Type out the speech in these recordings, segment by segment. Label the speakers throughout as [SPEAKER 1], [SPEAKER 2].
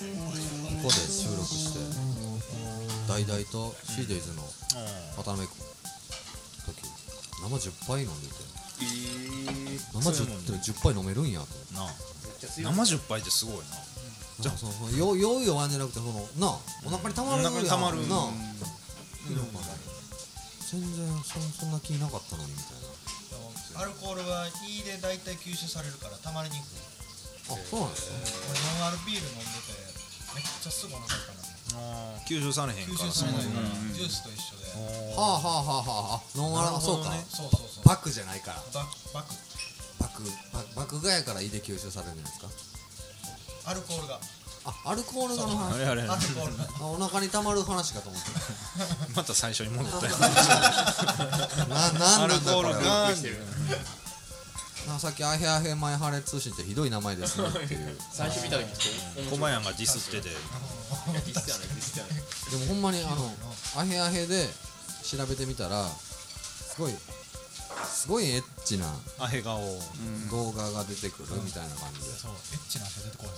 [SPEAKER 1] こで収録して大々とシーデイズの渡辺君の時生10杯飲んでて
[SPEAKER 2] え
[SPEAKER 1] 生10って10杯飲めるんやと思って
[SPEAKER 2] なあ生10杯ってすごいな
[SPEAKER 1] じゃあそのそのよよいよわんじゃなくてそのなあお腹にたまるやん
[SPEAKER 2] お腹にたまる
[SPEAKER 1] なあ、
[SPEAKER 2] うん
[SPEAKER 1] 全然そそんな気なかったのにみたいな
[SPEAKER 3] アルコールは胃で大体吸収されるからたまりにくい
[SPEAKER 1] あそうなんですね
[SPEAKER 3] 俺ノンアルビール飲んでてめっちゃすぐお腹いか
[SPEAKER 2] あ
[SPEAKER 3] な
[SPEAKER 2] ー吸収されへん
[SPEAKER 3] 吸
[SPEAKER 2] から
[SPEAKER 3] 収されない
[SPEAKER 2] そ
[SPEAKER 3] か
[SPEAKER 2] も
[SPEAKER 3] ら
[SPEAKER 2] そも
[SPEAKER 3] ジュースと一緒で
[SPEAKER 1] はあはあはあはああノンアル
[SPEAKER 2] な
[SPEAKER 1] あ
[SPEAKER 2] るほ
[SPEAKER 1] そう
[SPEAKER 2] ど
[SPEAKER 1] か
[SPEAKER 2] ね
[SPEAKER 3] そうそうそう
[SPEAKER 1] バックじゃないから
[SPEAKER 3] ババク
[SPEAKER 1] バックババックがやから胃で吸収されるんですか
[SPEAKER 3] アルコールが
[SPEAKER 1] あアルコールの
[SPEAKER 2] あーあ
[SPEAKER 1] 話
[SPEAKER 2] れあれあれ
[SPEAKER 3] アルコールが
[SPEAKER 1] あお腹にたまる話かと思って
[SPEAKER 2] また最初に戻 ったよ
[SPEAKER 1] た ななん
[SPEAKER 2] アル
[SPEAKER 1] なんだ
[SPEAKER 2] コ
[SPEAKER 1] これ
[SPEAKER 2] ール
[SPEAKER 1] は
[SPEAKER 2] ガーンっていう
[SPEAKER 1] なさっきアヘアヘマイハレ通信ってひどい名前ですねっていう
[SPEAKER 4] 最初見た時ちょっと
[SPEAKER 2] コマヤンがディスってて
[SPEAKER 4] いやディスってはないディスってはない
[SPEAKER 1] でもほんまにあのアヘアヘで調べてみたらすごいすごいエッチな
[SPEAKER 2] アヘ顔を
[SPEAKER 1] 動画が出てくるみたいな感じで、
[SPEAKER 3] そうエッチな汗出てこな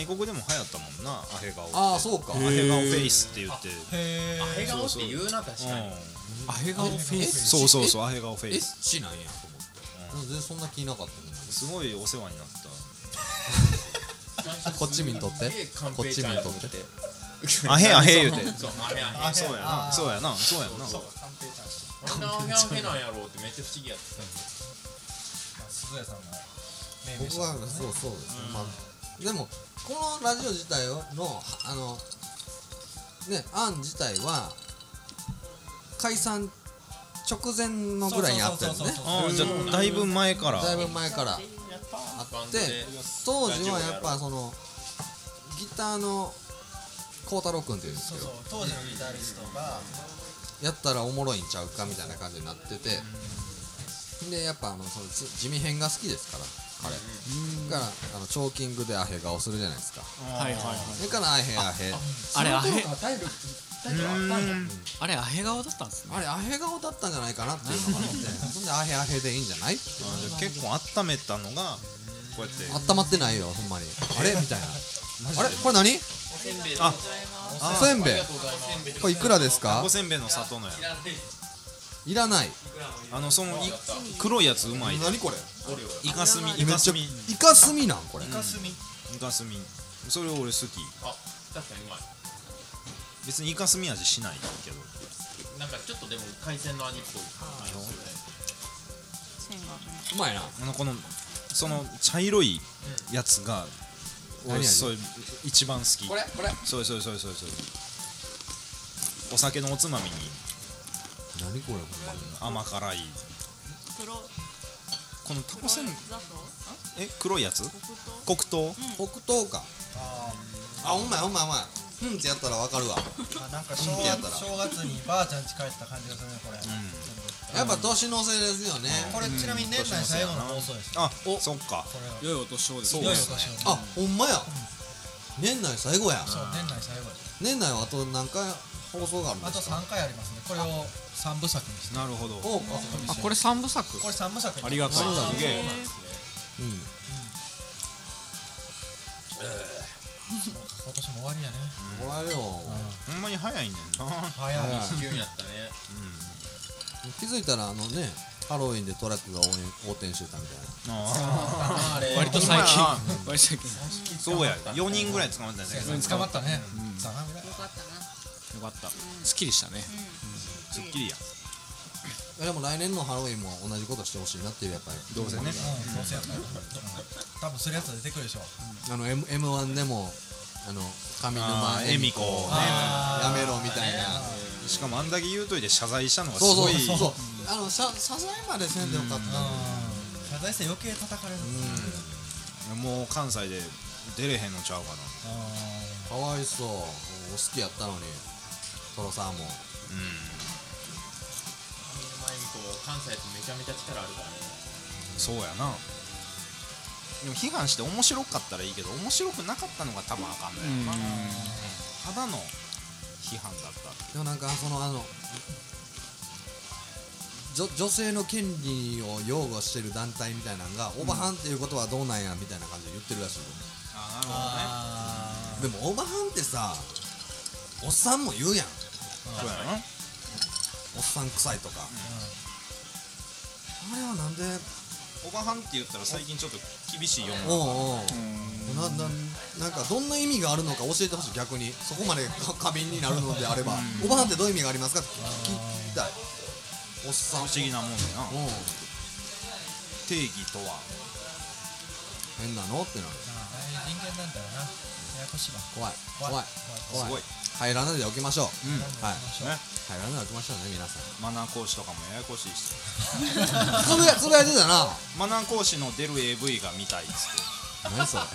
[SPEAKER 3] い
[SPEAKER 2] 外国でも流行ったもんなアヘ顔って
[SPEAKER 1] ああそうか
[SPEAKER 2] アヘ顔フェイスって言って
[SPEAKER 3] へ
[SPEAKER 4] アヘ
[SPEAKER 3] え
[SPEAKER 4] 顔って言うな確かに
[SPEAKER 1] アヘ顔フェイス
[SPEAKER 2] そうそう
[SPEAKER 1] う
[SPEAKER 2] そうアヘ顔フェ
[SPEAKER 1] エ
[SPEAKER 2] イス
[SPEAKER 1] ッチなんやと思って、全然そんな気なかったけど
[SPEAKER 2] すごいお世話になった
[SPEAKER 1] こっち見んとってこっち見んとって
[SPEAKER 2] アヘアヘ言うて
[SPEAKER 4] そうアヘアヘ
[SPEAKER 3] アヘ
[SPEAKER 2] そうやなそうやなそうやな
[SPEAKER 3] そうか鑑定ちゃんと
[SPEAKER 4] なんでアヘアヘなんやろうってめっちゃ不思議やった
[SPEAKER 3] まあ鈴谷さんが命名し
[SPEAKER 1] 僕は
[SPEAKER 3] た
[SPEAKER 1] そうそうですね、まあ、でもこのラジオ自体のあのね案自体は解散直前のぐらいにあったよね
[SPEAKER 3] そうそうそうそう
[SPEAKER 2] ああじゃあだいぶ前から
[SPEAKER 1] だいぶ前からあ
[SPEAKER 4] バ
[SPEAKER 1] っ
[SPEAKER 4] ン
[SPEAKER 1] て
[SPEAKER 4] ドで
[SPEAKER 1] 当時はやっぱそのギターの孝太郎君っていうんです
[SPEAKER 3] そう
[SPEAKER 1] け
[SPEAKER 3] そう
[SPEAKER 1] ど
[SPEAKER 3] 当時のギタリストが
[SPEAKER 1] やったらおもろいんちゃうかみたいな感じになっててでやっぱあのその地地味編が好きですから彼だからあのチョーキングでアヘ顔するじゃないですか
[SPEAKER 4] はいはいはい
[SPEAKER 1] それからアヘアヘ
[SPEAKER 5] あれアヘ
[SPEAKER 3] 体力
[SPEAKER 5] あれアヘ顔だったんですね
[SPEAKER 1] あれアヘ顔だったんじゃないかなっていうのがあ ってそんでアヘアヘでいいんじゃないって
[SPEAKER 2] あじゃあ結構温めたのがこうやって
[SPEAKER 1] 温まってないよほんまにあれみたいなあれこれ何
[SPEAKER 4] せんべいで
[SPEAKER 2] あ
[SPEAKER 1] おせんべい
[SPEAKER 4] ございますせんべいで
[SPEAKER 1] これいくらですか
[SPEAKER 2] おせんべいの里のや
[SPEAKER 4] らない
[SPEAKER 1] いらない
[SPEAKER 2] あのそのい黒いやつうまいで
[SPEAKER 1] 何これ
[SPEAKER 2] イカスミイ
[SPEAKER 1] め
[SPEAKER 2] カ
[SPEAKER 1] っち
[SPEAKER 2] ス
[SPEAKER 1] ゃ
[SPEAKER 2] ミ
[SPEAKER 1] イカスミなんこれ
[SPEAKER 3] かすみ
[SPEAKER 2] イカスミそれ俺好き
[SPEAKER 4] あ確かにうまい
[SPEAKER 2] 別にイカスミ味しないけど
[SPEAKER 4] なんかちょっとでも海鮮の味っぽい
[SPEAKER 1] うまいな
[SPEAKER 2] あのこのその茶色いやつが
[SPEAKER 1] 何
[SPEAKER 2] 俺
[SPEAKER 1] 味
[SPEAKER 2] そう一番好き
[SPEAKER 1] これこれ
[SPEAKER 2] そうそうそうそうそうお酒のおつまみに
[SPEAKER 1] 何これほんまに
[SPEAKER 2] 甘辛い
[SPEAKER 6] 黒
[SPEAKER 2] このタコせん
[SPEAKER 6] 砂糖
[SPEAKER 2] え黒いやつ
[SPEAKER 6] 黒糖
[SPEAKER 2] 黒糖
[SPEAKER 1] 黒糖かあうまいうまいうまいうんってやったらわかるわ
[SPEAKER 3] あなんか正
[SPEAKER 1] うんってやったら
[SPEAKER 3] 月正月にばあちゃん家帰った感じがするねこれ
[SPEAKER 1] やっぱ年のせいですよね
[SPEAKER 3] これちなみに年内最後の放送です
[SPEAKER 2] あそっか
[SPEAKER 3] これが
[SPEAKER 5] 良いお年をです
[SPEAKER 2] そう
[SPEAKER 3] いよ
[SPEAKER 2] で
[SPEAKER 3] いよ
[SPEAKER 2] す
[SPEAKER 3] 年を
[SPEAKER 1] あほんまや年内最後や
[SPEAKER 3] そう年内最後です
[SPEAKER 1] 年内はあと何回放送があるん
[SPEAKER 3] あ
[SPEAKER 1] で
[SPEAKER 3] と
[SPEAKER 1] すか
[SPEAKER 3] 三回ありますねこれを三部作にして
[SPEAKER 2] なるほど
[SPEAKER 1] そうか
[SPEAKER 5] あこれ三部作
[SPEAKER 3] これ三部作に
[SPEAKER 2] ありがたい
[SPEAKER 1] そうだね
[SPEAKER 2] すげえ
[SPEAKER 1] うん
[SPEAKER 3] 今年も終わりやね
[SPEAKER 1] これよ
[SPEAKER 2] ほんまに早いねんな
[SPEAKER 3] 早い
[SPEAKER 1] はい
[SPEAKER 4] 急にやったね
[SPEAKER 1] 気づいたらあのねハロウィンでトラックが応援横転してたみたいな
[SPEAKER 2] あ
[SPEAKER 4] あれ
[SPEAKER 5] 割と最近割と最近
[SPEAKER 2] ーそうや4人ぐらい捕まったんだけど
[SPEAKER 3] 捕まったねざまみらい
[SPEAKER 6] よかったな
[SPEAKER 5] よかったすっきりしたね
[SPEAKER 2] すっきりや
[SPEAKER 1] いやでも来年のハロウィンも同じことしてほしいなっていうやっぱり
[SPEAKER 2] どうせね
[SPEAKER 3] うんどうせやったらうん多分するやつ出てくるでしょ
[SPEAKER 1] あの M M1 でもあの上
[SPEAKER 2] あ
[SPEAKER 1] 沼
[SPEAKER 2] ー
[SPEAKER 1] 恵美子
[SPEAKER 2] 恵美子ね
[SPEAKER 1] やめろみたいな
[SPEAKER 2] しかもあんだけ言うといて謝罪したのがす
[SPEAKER 1] そうそ
[SPEAKER 2] ご
[SPEAKER 1] う
[SPEAKER 2] い
[SPEAKER 1] そうそうあのさ謝罪までせんでよかったの
[SPEAKER 3] うん謝罪して余計叩かれる
[SPEAKER 2] もう関西で出れへんのちゃうかな
[SPEAKER 1] かわいそうお好きやったのにトロサーモン
[SPEAKER 4] 前にこう関西ってめちゃめちゃ力あるからね
[SPEAKER 2] そうやなでも批判して面白かったらいいけど面白くなかったのが多分あかんのやろなただの批判だった
[SPEAKER 1] でもなんかそのあの女女性の権利を擁護してる団体みたいなのが、オバハンっていうことはどうなんやみたいな感じで言ってるらしいよ
[SPEAKER 2] あなるほど
[SPEAKER 1] でもお
[SPEAKER 2] ね
[SPEAKER 3] あ
[SPEAKER 1] ばはんってさおっさんも言うやん
[SPEAKER 2] そうやな
[SPEAKER 1] おっさん臭いとか、あれはなんで
[SPEAKER 2] おばはんって言ったら最近ちょっと厳しいよ
[SPEAKER 1] おうおうなななんかどんな意味があるのか教えてほしい逆にそこまで過過敏になるのであれば、おばはんってどういう意味がありますかって聞きたいおっさん
[SPEAKER 2] 不思議なもんだな
[SPEAKER 1] うん
[SPEAKER 2] 定義とは
[SPEAKER 1] 変なのってなる
[SPEAKER 3] ああいう人間なんだよなややこしいわ
[SPEAKER 1] 怖い怖い
[SPEAKER 3] 怖い
[SPEAKER 1] 怖い
[SPEAKER 2] すごい
[SPEAKER 1] 入らないでおきましょう、
[SPEAKER 2] うん
[SPEAKER 1] はい
[SPEAKER 2] ね
[SPEAKER 1] 入らないでおきましょうね皆さん
[SPEAKER 2] マナー講師とかもややこしいし
[SPEAKER 1] つぶや つぶやいてたな
[SPEAKER 2] マナー講師の出る AV が見たいっつって
[SPEAKER 1] 何それ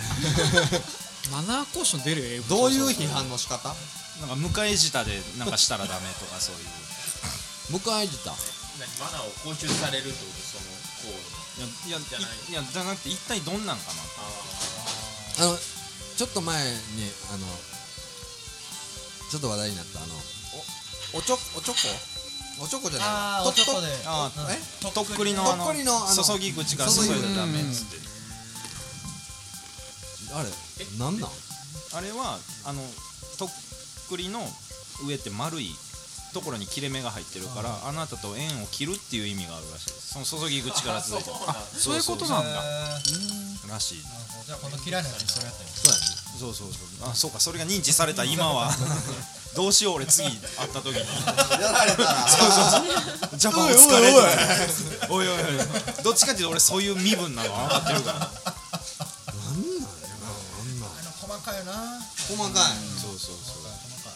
[SPEAKER 5] マナー講師の 出る AV
[SPEAKER 1] どういう批判の仕方
[SPEAKER 2] なんか迎え舌でなんかしたらダメとかそういう
[SPEAKER 1] 向井自体
[SPEAKER 4] 何マナーを講習されるってことその行為
[SPEAKER 2] いやいや
[SPEAKER 4] じゃない
[SPEAKER 2] いやじゃなくて一体どんなんかな
[SPEAKER 4] ああ
[SPEAKER 1] あのちょっと前にあのちょっと話題になったあのおおちょおちょこおちょこじゃない
[SPEAKER 3] ああ
[SPEAKER 1] と
[SPEAKER 3] おちょこで
[SPEAKER 1] と
[SPEAKER 2] あ
[SPEAKER 3] うん
[SPEAKER 1] え
[SPEAKER 2] とっくりのあの
[SPEAKER 1] とっくりのあの
[SPEAKER 2] 注ぎ口が注いだらダメっつって
[SPEAKER 1] あれなんなん
[SPEAKER 2] あれはあのとっくりの上って丸いところに切れ目が入ってるからあなたと縁を切るっていう意味があるらしいですその注ぎ口から続いてる
[SPEAKER 4] あ
[SPEAKER 5] そういうことなん
[SPEAKER 3] えー
[SPEAKER 5] だ
[SPEAKER 3] なる
[SPEAKER 2] らしい
[SPEAKER 3] ほどじゃあこの嫌いなやつにそれやったよ
[SPEAKER 1] そうやね
[SPEAKER 2] そうそうそうあそうかそれが認知された今 はどうしよう俺次会った時に
[SPEAKER 1] やられたら
[SPEAKER 2] そうそうそうジャパンお疲れおいおいおいどっちかっていうと俺そういう身分なの分かってるから
[SPEAKER 1] なんなんやなあんなん
[SPEAKER 3] あの細かいよな
[SPEAKER 1] 細かい
[SPEAKER 2] そうそうそう
[SPEAKER 3] 細か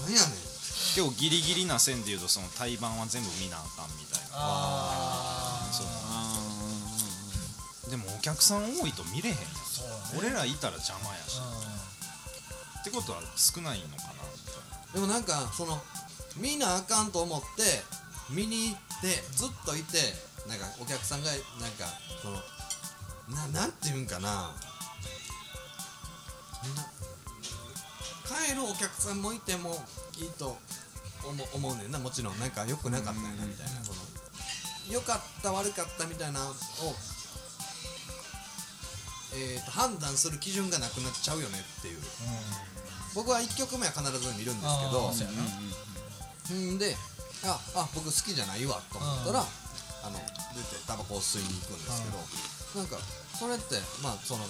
[SPEAKER 3] い
[SPEAKER 1] なんやねん
[SPEAKER 2] 結構ギリギリな線でいうとその対バンは全部見なあかんみたいな
[SPEAKER 3] ああ
[SPEAKER 2] そう
[SPEAKER 5] あ
[SPEAKER 2] でもお客さん多いと見れへんやん
[SPEAKER 3] そうだね
[SPEAKER 2] 俺らいたら邪魔やし
[SPEAKER 3] うん
[SPEAKER 2] ってことは少ないのかなみたいな
[SPEAKER 1] でもなんかその見なあかんと思って見に行ってずっといてなんかお客さんがなんかそのななんていうんかなな帰るお客さんもいてもいいと思う思うねんなもちろんなんか良くなかったよなみたいなその良かった悪かったみたいなのを、えー、と判断する基準がなくなっちゃうよねっていう僕は1曲目は必ず見るんですけど
[SPEAKER 3] あーそうやな
[SPEAKER 1] うんでああ僕好きじゃないわと思ったら、あの出てタバコを吸いに行くんですけど、なんかそれってまあそのね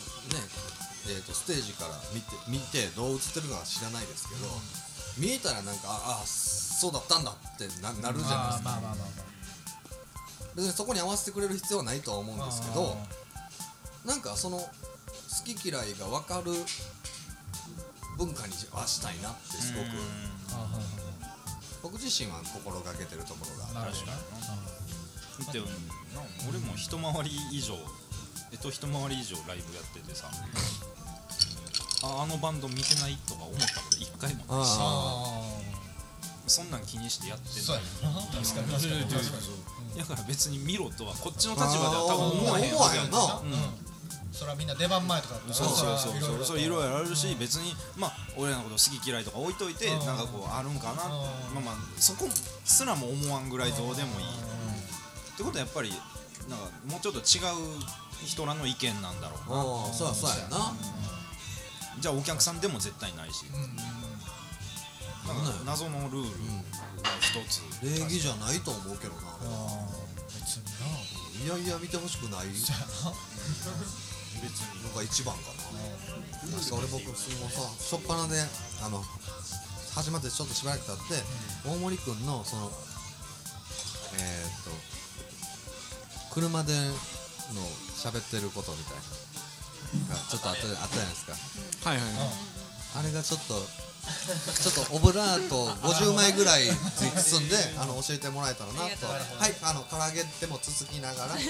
[SPEAKER 1] えー、とステージから見て見てどう映ってるかは知らないですけど、見えたらなんかああそうだったんだってななるじゃないですか、
[SPEAKER 3] まあまあまあま
[SPEAKER 1] 別にそこに合わせてくれる必要はないとは思うん
[SPEAKER 3] あ
[SPEAKER 1] ですけどなんかその好き嫌いが分かる文化にはしたいなってすごく
[SPEAKER 3] あーはいはいはい
[SPEAKER 1] 僕自身は心がけてるところがあって
[SPEAKER 3] なるほどな
[SPEAKER 2] でもな俺も一回り以上えっと一回り以上ライブやっててさああのバンド見てないとか思ったこと一回もないし
[SPEAKER 1] あ
[SPEAKER 3] あ
[SPEAKER 2] そんなん気にしてやって
[SPEAKER 3] ー
[SPEAKER 2] な
[SPEAKER 3] そう
[SPEAKER 2] い
[SPEAKER 3] やな確かに確かに確かに
[SPEAKER 2] だから別に見ろとはこっちの
[SPEAKER 1] あ
[SPEAKER 2] 立場では多分思わへん
[SPEAKER 1] 思わ
[SPEAKER 2] はずやね
[SPEAKER 1] んな
[SPEAKER 2] うん
[SPEAKER 3] それはみんな出番前とかだったら
[SPEAKER 2] そうそうそう
[SPEAKER 3] ら
[SPEAKER 2] そう
[SPEAKER 3] と
[SPEAKER 2] そういろいろあるし別にまあ俺らのこと好き嫌いとか置いといて
[SPEAKER 3] うん
[SPEAKER 2] なんかこうあるんかな
[SPEAKER 3] うん
[SPEAKER 2] まあまあそこすらも思わんぐらいどうでもいいってことはやっぱりなんかもうちょっと違う人らの意見なんだろうな
[SPEAKER 1] あそうやそうやな
[SPEAKER 2] じゃあお客さんでも絶対ないし
[SPEAKER 3] うんうん
[SPEAKER 2] なんか謎のルールが一つ
[SPEAKER 1] 礼儀じゃないと思うけどな
[SPEAKER 3] あー別に
[SPEAKER 1] や
[SPEAKER 3] ない
[SPEAKER 1] いや見てほしくない
[SPEAKER 3] じゃあ
[SPEAKER 2] 別に
[SPEAKER 1] のが一番かななんか俺僕そのさ初っ端であの始まってちょっとしばらく経って大森くんのそのえーっと車での喋ってることみたいなのがちょっとあったあったじゃないですか
[SPEAKER 5] あはいはいはい
[SPEAKER 1] あれがちょっと、ちょっとオブラート50枚ぐらい包んで、あの教えてもらえたらなと。はい、あの唐揚げでも続きな がら。はい、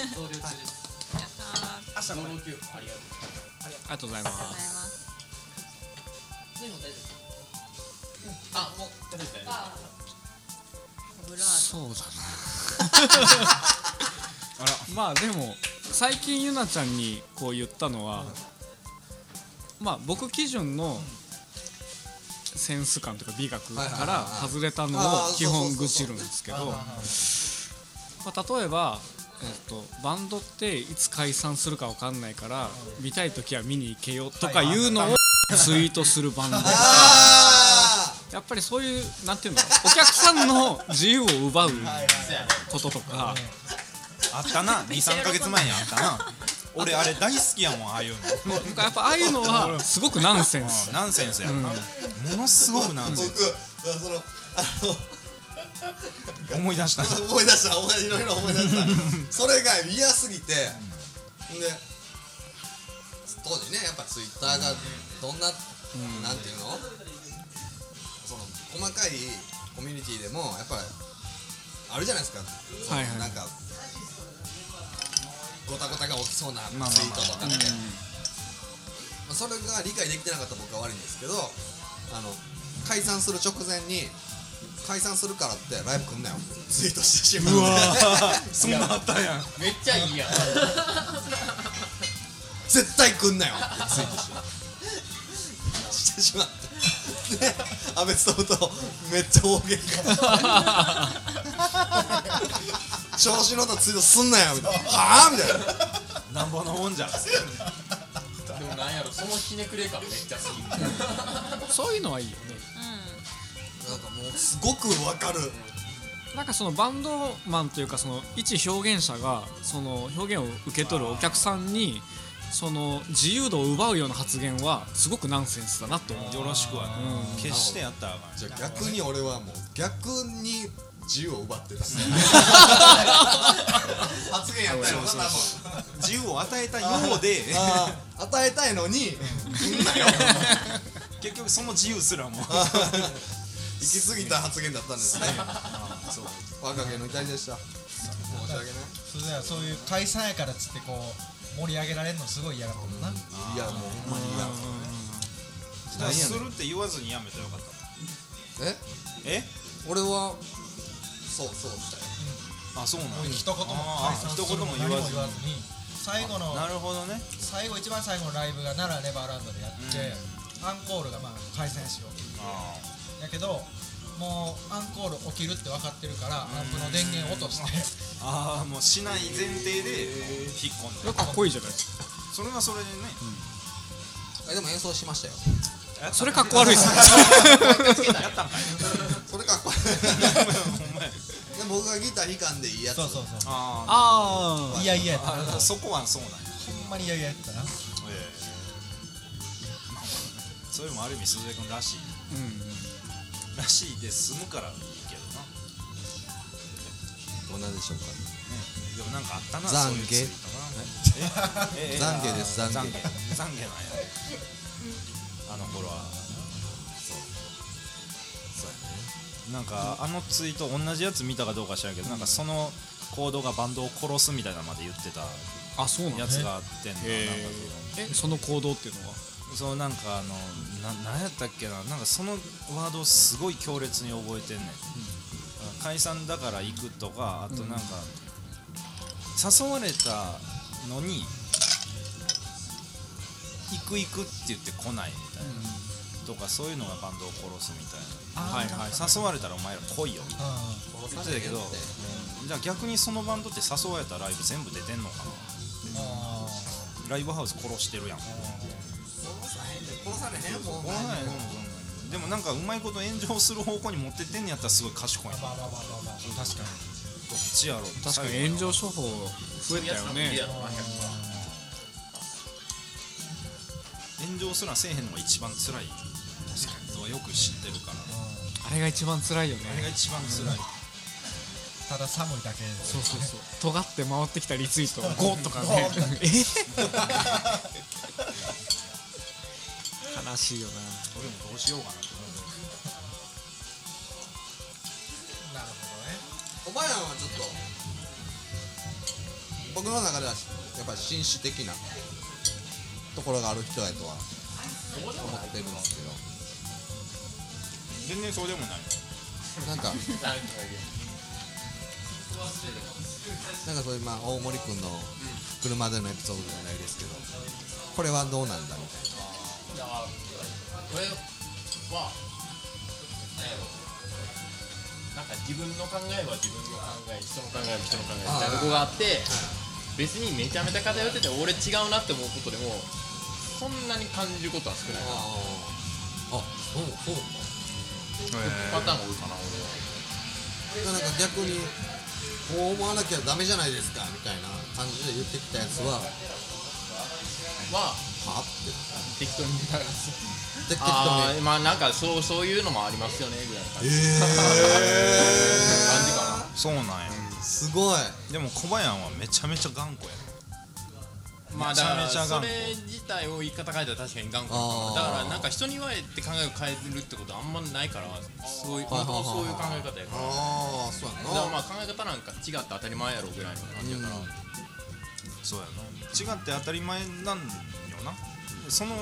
[SPEAKER 4] 朝の級ありがとう
[SPEAKER 5] ありがとうございます
[SPEAKER 4] あもう食べたよ
[SPEAKER 5] そうだなあらまあでも最近ゆなちゃんにこう言ったのは、まあ僕基準のセンス感というか美学か
[SPEAKER 1] はいはいはい
[SPEAKER 5] ら
[SPEAKER 1] はい
[SPEAKER 5] 外れたのを
[SPEAKER 1] あー
[SPEAKER 5] 基
[SPEAKER 1] そう
[SPEAKER 5] 本
[SPEAKER 1] そう
[SPEAKER 5] 愚
[SPEAKER 1] そうそ
[SPEAKER 5] 痴
[SPEAKER 1] う
[SPEAKER 5] るんですけ
[SPEAKER 3] あー
[SPEAKER 5] ど
[SPEAKER 3] はいはい
[SPEAKER 5] まあ、例えば、えっと、バンドっていつ解散するかわかんないから見たい時は見に行けよとかいうのをツイートする バンドとか
[SPEAKER 1] あ
[SPEAKER 5] やっぱりそういうなんていうのお客さんの自由を奪う
[SPEAKER 4] そうやね
[SPEAKER 5] こととか
[SPEAKER 2] あったな23か月前にあったな俺あれ大好きやもんああいうの
[SPEAKER 5] なんかやっぱああいうのはすごくナンセンス
[SPEAKER 2] ナンセンスやな、ものすごくナンセンス
[SPEAKER 1] 僕だからそのあの
[SPEAKER 2] 思い出した
[SPEAKER 1] 思い出した同じの色思い出したそれが嫌すぎてで当時ねやっぱツイッターがどんな、なんていうのその細かいコミュニティでもやっぱりあるじゃないですか、
[SPEAKER 5] はいはい
[SPEAKER 1] なんかごたごたが起きそうなツ
[SPEAKER 2] まあまあまあ
[SPEAKER 1] イートとかって、まあそれが理解できてなかった僕は悪いんですけどあの解散する直前に解散するからってライブ来んなよツイートしてしまう
[SPEAKER 2] うわー そんなあったやん
[SPEAKER 4] めっちゃいいやん
[SPEAKER 1] 絶対来んなよってツイートしてしてしまってで安倍総とめっちゃ大げんか 調子乗ったツイートすんなよみたいなはあみたいな
[SPEAKER 2] なんぼのもんじゃ
[SPEAKER 4] でもなんやろそのひねくれ感めっちゃ好き
[SPEAKER 5] そういうのはいいよね
[SPEAKER 1] なんかもうすごくわかる
[SPEAKER 5] なんかそのバンドマンというかその一表現者がその表現を受け取るお客さんにその自由度を奪うような発言はすごくナンセンスだなと思う
[SPEAKER 2] よろしくはね、決してやったらあかん
[SPEAKER 1] じゃあ逆に俺はもう逆に自由を奪ってた発言やったよな多分
[SPEAKER 2] 自由を与えたようで
[SPEAKER 1] あー与えたいの に来んなよ
[SPEAKER 2] 結局その自由すらも
[SPEAKER 1] 行き過ぎた発言だったんですね若気の至りでした申し訳ない
[SPEAKER 3] それではそういう解散やからっつってこう盛り上げられるのすごい嫌だもんな、
[SPEAKER 1] いやもうほんまに嫌
[SPEAKER 2] するって言わずにやめたらよかった
[SPEAKER 1] え
[SPEAKER 2] え
[SPEAKER 1] 俺はそうそうしたよ
[SPEAKER 2] あそうなんや
[SPEAKER 3] もう一言も
[SPEAKER 2] あ
[SPEAKER 3] 解散
[SPEAKER 2] ー
[SPEAKER 3] する
[SPEAKER 2] 一言も言
[SPEAKER 3] 何
[SPEAKER 2] わ
[SPEAKER 3] も
[SPEAKER 2] ず
[SPEAKER 3] 言わずに最後の
[SPEAKER 2] なるほどね
[SPEAKER 3] 最後一番最後のライブが奈良レバーランドでやって、アンコールがまあ解散しよう
[SPEAKER 2] あ
[SPEAKER 3] やけどもうアンコール起きるって分かってるからアンプの電源落として
[SPEAKER 2] ーあーもうしない前提で引っ込んで
[SPEAKER 5] かっこいいじゃないですか
[SPEAKER 2] それはそれでね
[SPEAKER 1] えでも演奏しましたよ
[SPEAKER 5] それか っこ悪いっすね
[SPEAKER 2] やったんかい
[SPEAKER 1] それか っこい
[SPEAKER 2] ほん
[SPEAKER 1] い
[SPEAKER 2] まや
[SPEAKER 1] で僕がギター弾かんでいいやつ
[SPEAKER 3] そうそう そう
[SPEAKER 2] あ
[SPEAKER 5] ああ
[SPEAKER 3] いやいややったな
[SPEAKER 2] ーあ
[SPEAKER 3] ほ
[SPEAKER 2] そこはそうなんや
[SPEAKER 3] んまにいやいややったな
[SPEAKER 2] ええまあまあそれもある意味鈴江君らしいらしいで済むからいいけどな
[SPEAKER 1] どんなでしょうか
[SPEAKER 2] でもなんかあったな
[SPEAKER 1] 懺悔
[SPEAKER 2] そういうツイートなえええ
[SPEAKER 1] 懺悔です懺悔
[SPEAKER 2] 懺懺悔なんやあの頃はそうそうやねなんかあのツイート同じやつ見たかどうか知らんけど、なんかその行動がバンドを殺すみたいなまで言ってた
[SPEAKER 5] あそうなんだ
[SPEAKER 2] やつがあってんな,、
[SPEAKER 5] へー
[SPEAKER 2] なんか
[SPEAKER 5] えその行動っていうのは
[SPEAKER 2] そのそうなんかあのななんやったっけななんかそのワードをすごい強烈に覚えてんねん、解散だから行くとかあとなんか、誘われたのに行く行くって言って来ないみたいな、とかそういうのがバンドを殺すみたいな、はいはい、誘われたらお前ら来いよみたいな言ってたけどじゃあ逆にそのバンドって誘われたライブ全部出てんのかなライブハウス殺してるやん
[SPEAKER 1] 殺さへんで殺されへんもん
[SPEAKER 2] この前でもなんかうまいこと炎上する方向に持ってってんのやったらすごい賢いなどっ
[SPEAKER 3] まあまあまあまあまあ確かに
[SPEAKER 2] ちやろ
[SPEAKER 5] 確かに炎上処方増えたよね
[SPEAKER 4] やろな100%
[SPEAKER 2] 炎上すらせえへんのが一番辛いのはよく知ってるから
[SPEAKER 5] あれが一番辛いよ
[SPEAKER 2] あれ
[SPEAKER 5] ね
[SPEAKER 2] が一番辛い
[SPEAKER 3] ただ寒いだけ
[SPEAKER 5] そうそうそう尖って回ってきたリツイート5とかね え悲しいよな
[SPEAKER 2] 俺もどうしようかなと思う
[SPEAKER 3] なるほ
[SPEAKER 1] お
[SPEAKER 3] どね
[SPEAKER 1] ばやんはちょっと僕の中ではやっぱ紳士的なところがある人やとは思ってるんですけど
[SPEAKER 2] 全然そうでもない
[SPEAKER 1] なんか、なんか
[SPEAKER 4] なんか
[SPEAKER 1] そういう、まあ、大森君の車でのエピソードじゃないですけど、これはどうなんだみたい
[SPEAKER 4] いや俺はなんやろなんか自分の考えは自分の考え人の考えは人の考えみたいなとこがあって別にめちゃめちゃ偏ってて俺違うなって思うことでもそんなに感じることは少ないな
[SPEAKER 1] ああそうそう
[SPEAKER 4] パターンが多いかな俺は
[SPEAKER 1] かなんか逆にこう思わなきゃダメじゃないですかみたいな感じで言ってきたやつはは
[SPEAKER 4] まあ
[SPEAKER 1] あって
[SPEAKER 4] 適当に流す
[SPEAKER 1] で適
[SPEAKER 4] あ
[SPEAKER 1] 当に
[SPEAKER 4] あまあなんかそうそういうのもありますよねぐらいの感じ、 感じか
[SPEAKER 1] え
[SPEAKER 2] そうなんや
[SPEAKER 1] ー、すごい
[SPEAKER 2] でも小林はめちゃめちゃ頑固や
[SPEAKER 4] まあだから
[SPEAKER 2] めちゃめちゃ
[SPEAKER 4] そ
[SPEAKER 2] 頑固
[SPEAKER 4] れ自体を言い方変えたら確かに頑固
[SPEAKER 1] あー
[SPEAKER 4] だからなんか人に言われて考えを変えるってことはあんまないからそういう
[SPEAKER 1] はいは
[SPEAKER 4] 本
[SPEAKER 1] いはいはい
[SPEAKER 4] 当そういう考え方やから
[SPEAKER 1] ああそうや
[SPEAKER 4] だからまあ考え方なんか違って当たり前やろぐらいの感じやから、
[SPEAKER 2] そうやな違って当たり前なんよなその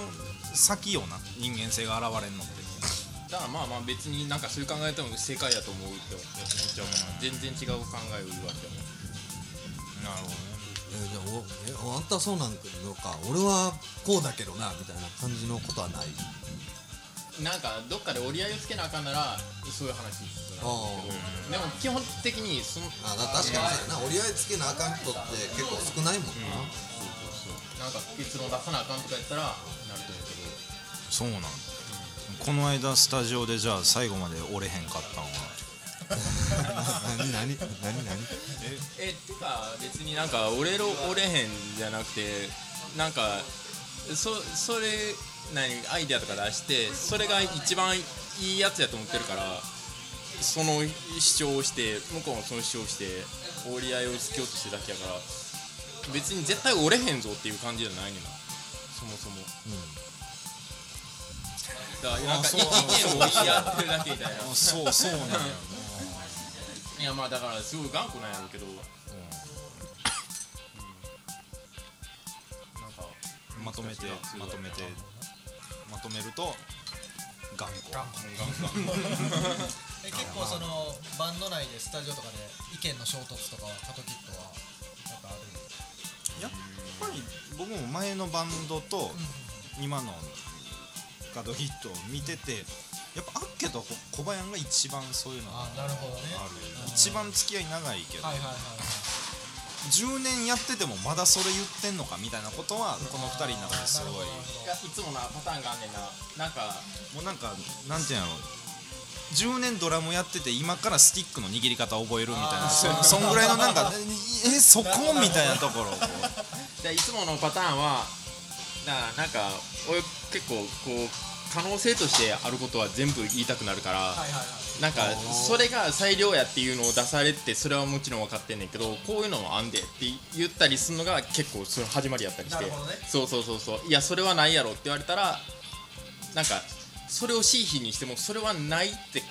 [SPEAKER 2] 先よな人間性が現れんのって
[SPEAKER 4] だからまあまあ別になんかそういう考え方も正解やと思うって思っちゃうから全然違う考えを言うわけやもん
[SPEAKER 2] なるほどね
[SPEAKER 1] えーじゃあおえあんたそうなんだけどか俺はこうだけどなみたいな感じのことはない
[SPEAKER 4] なんかどっかで折り合いをつけなあかんならそういう話にする
[SPEAKER 1] あー
[SPEAKER 4] でも基本的にその
[SPEAKER 1] あだ確かにそうやな折り合いつけなあかん人って結構少ないもんな、
[SPEAKER 4] なんか結論出さなあかんとか言ったらなると
[SPEAKER 2] そ
[SPEAKER 4] 思うけど
[SPEAKER 2] うなんこの間スタジオでじゃあ最後まで折れへんかったんは
[SPEAKER 1] 何何何何
[SPEAKER 4] えってか別になんか折れろ折れへんじゃなくてなんかそそれ何アイデアとか出してそれが一番いいやつやと思ってるからその主張をして向こうもその主張をして折り合いをつけようとしてるだけやから別に絶対折れへんぞっていう感じじゃないねんなそもそも、だからなんか意見を言い合ってるだけみたいな
[SPEAKER 2] あそうそうなんや
[SPEAKER 4] いやまあだからすごい頑固なんやろうけど、うんなんか
[SPEAKER 2] まとめてまとめてまとめると頑固
[SPEAKER 3] え結構そのバンド内でスタジオとかで意見の衝突とかはカトキットはなんかある
[SPEAKER 2] やっぱり僕も前のバンドと今のガドヒットを見ててやっぱアッケと小林が一番そういうのがあ
[SPEAKER 3] あなるほどね
[SPEAKER 2] る一番付き合い長いけど
[SPEAKER 3] はいはいはい
[SPEAKER 2] 10年やっててもまだそれ言ってんのかみたいなことはこの2人の中ですごい
[SPEAKER 4] いやいつもなパターンがあんねんななんか
[SPEAKER 2] もうなんかなんていうんやろ10年ドラムやってて今からスティックの握り方覚えるみたいなそそんぐら いのなんかえそこみたいなところをこう
[SPEAKER 4] じゃあいつものパターンはだからなんか俺結構こう可能性としてあることは全部言いたくなるから、
[SPEAKER 3] はいはいはい
[SPEAKER 4] なんかそれが最良やっていうのを出されてそれはもちろん分かってんねんけどこういうのもあんでって言ったりするのが結構その始まりやったりして
[SPEAKER 3] なるほどね
[SPEAKER 4] そうそうそうそういやそれはないやろって言われたらなんかそれを C ひにしてもそれはないって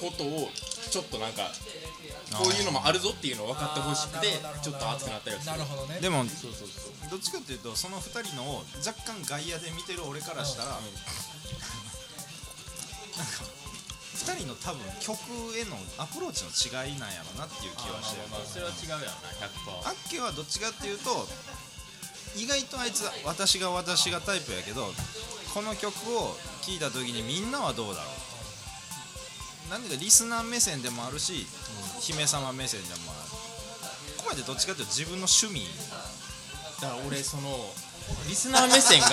[SPEAKER 4] ことをちょっとなんかこういうのもあるぞっていうのを分かってほし
[SPEAKER 3] あ
[SPEAKER 4] くて
[SPEAKER 3] ーなるほ
[SPEAKER 4] ちょ
[SPEAKER 3] ど
[SPEAKER 4] っと熱くなったりはす
[SPEAKER 3] な
[SPEAKER 4] る
[SPEAKER 3] るほどね
[SPEAKER 2] でも
[SPEAKER 4] そうそうそう
[SPEAKER 2] どっちかっていうとその2人のを若干外野で見てる俺からしたら、なんか2人の多分曲へのアプローチの違いなんやろなっていう気はしてる
[SPEAKER 4] まあそれは違うやろな100%
[SPEAKER 2] アッケはどっちかっていうと意外とあいつ私が私がタイプやけどこの曲を聴いた時にみんなはどうだろうなんでかリスナー目線でもあるし、姫様目線でもあるここまでどっちかっていうと自分の趣味
[SPEAKER 4] だから俺そのリスナー目線が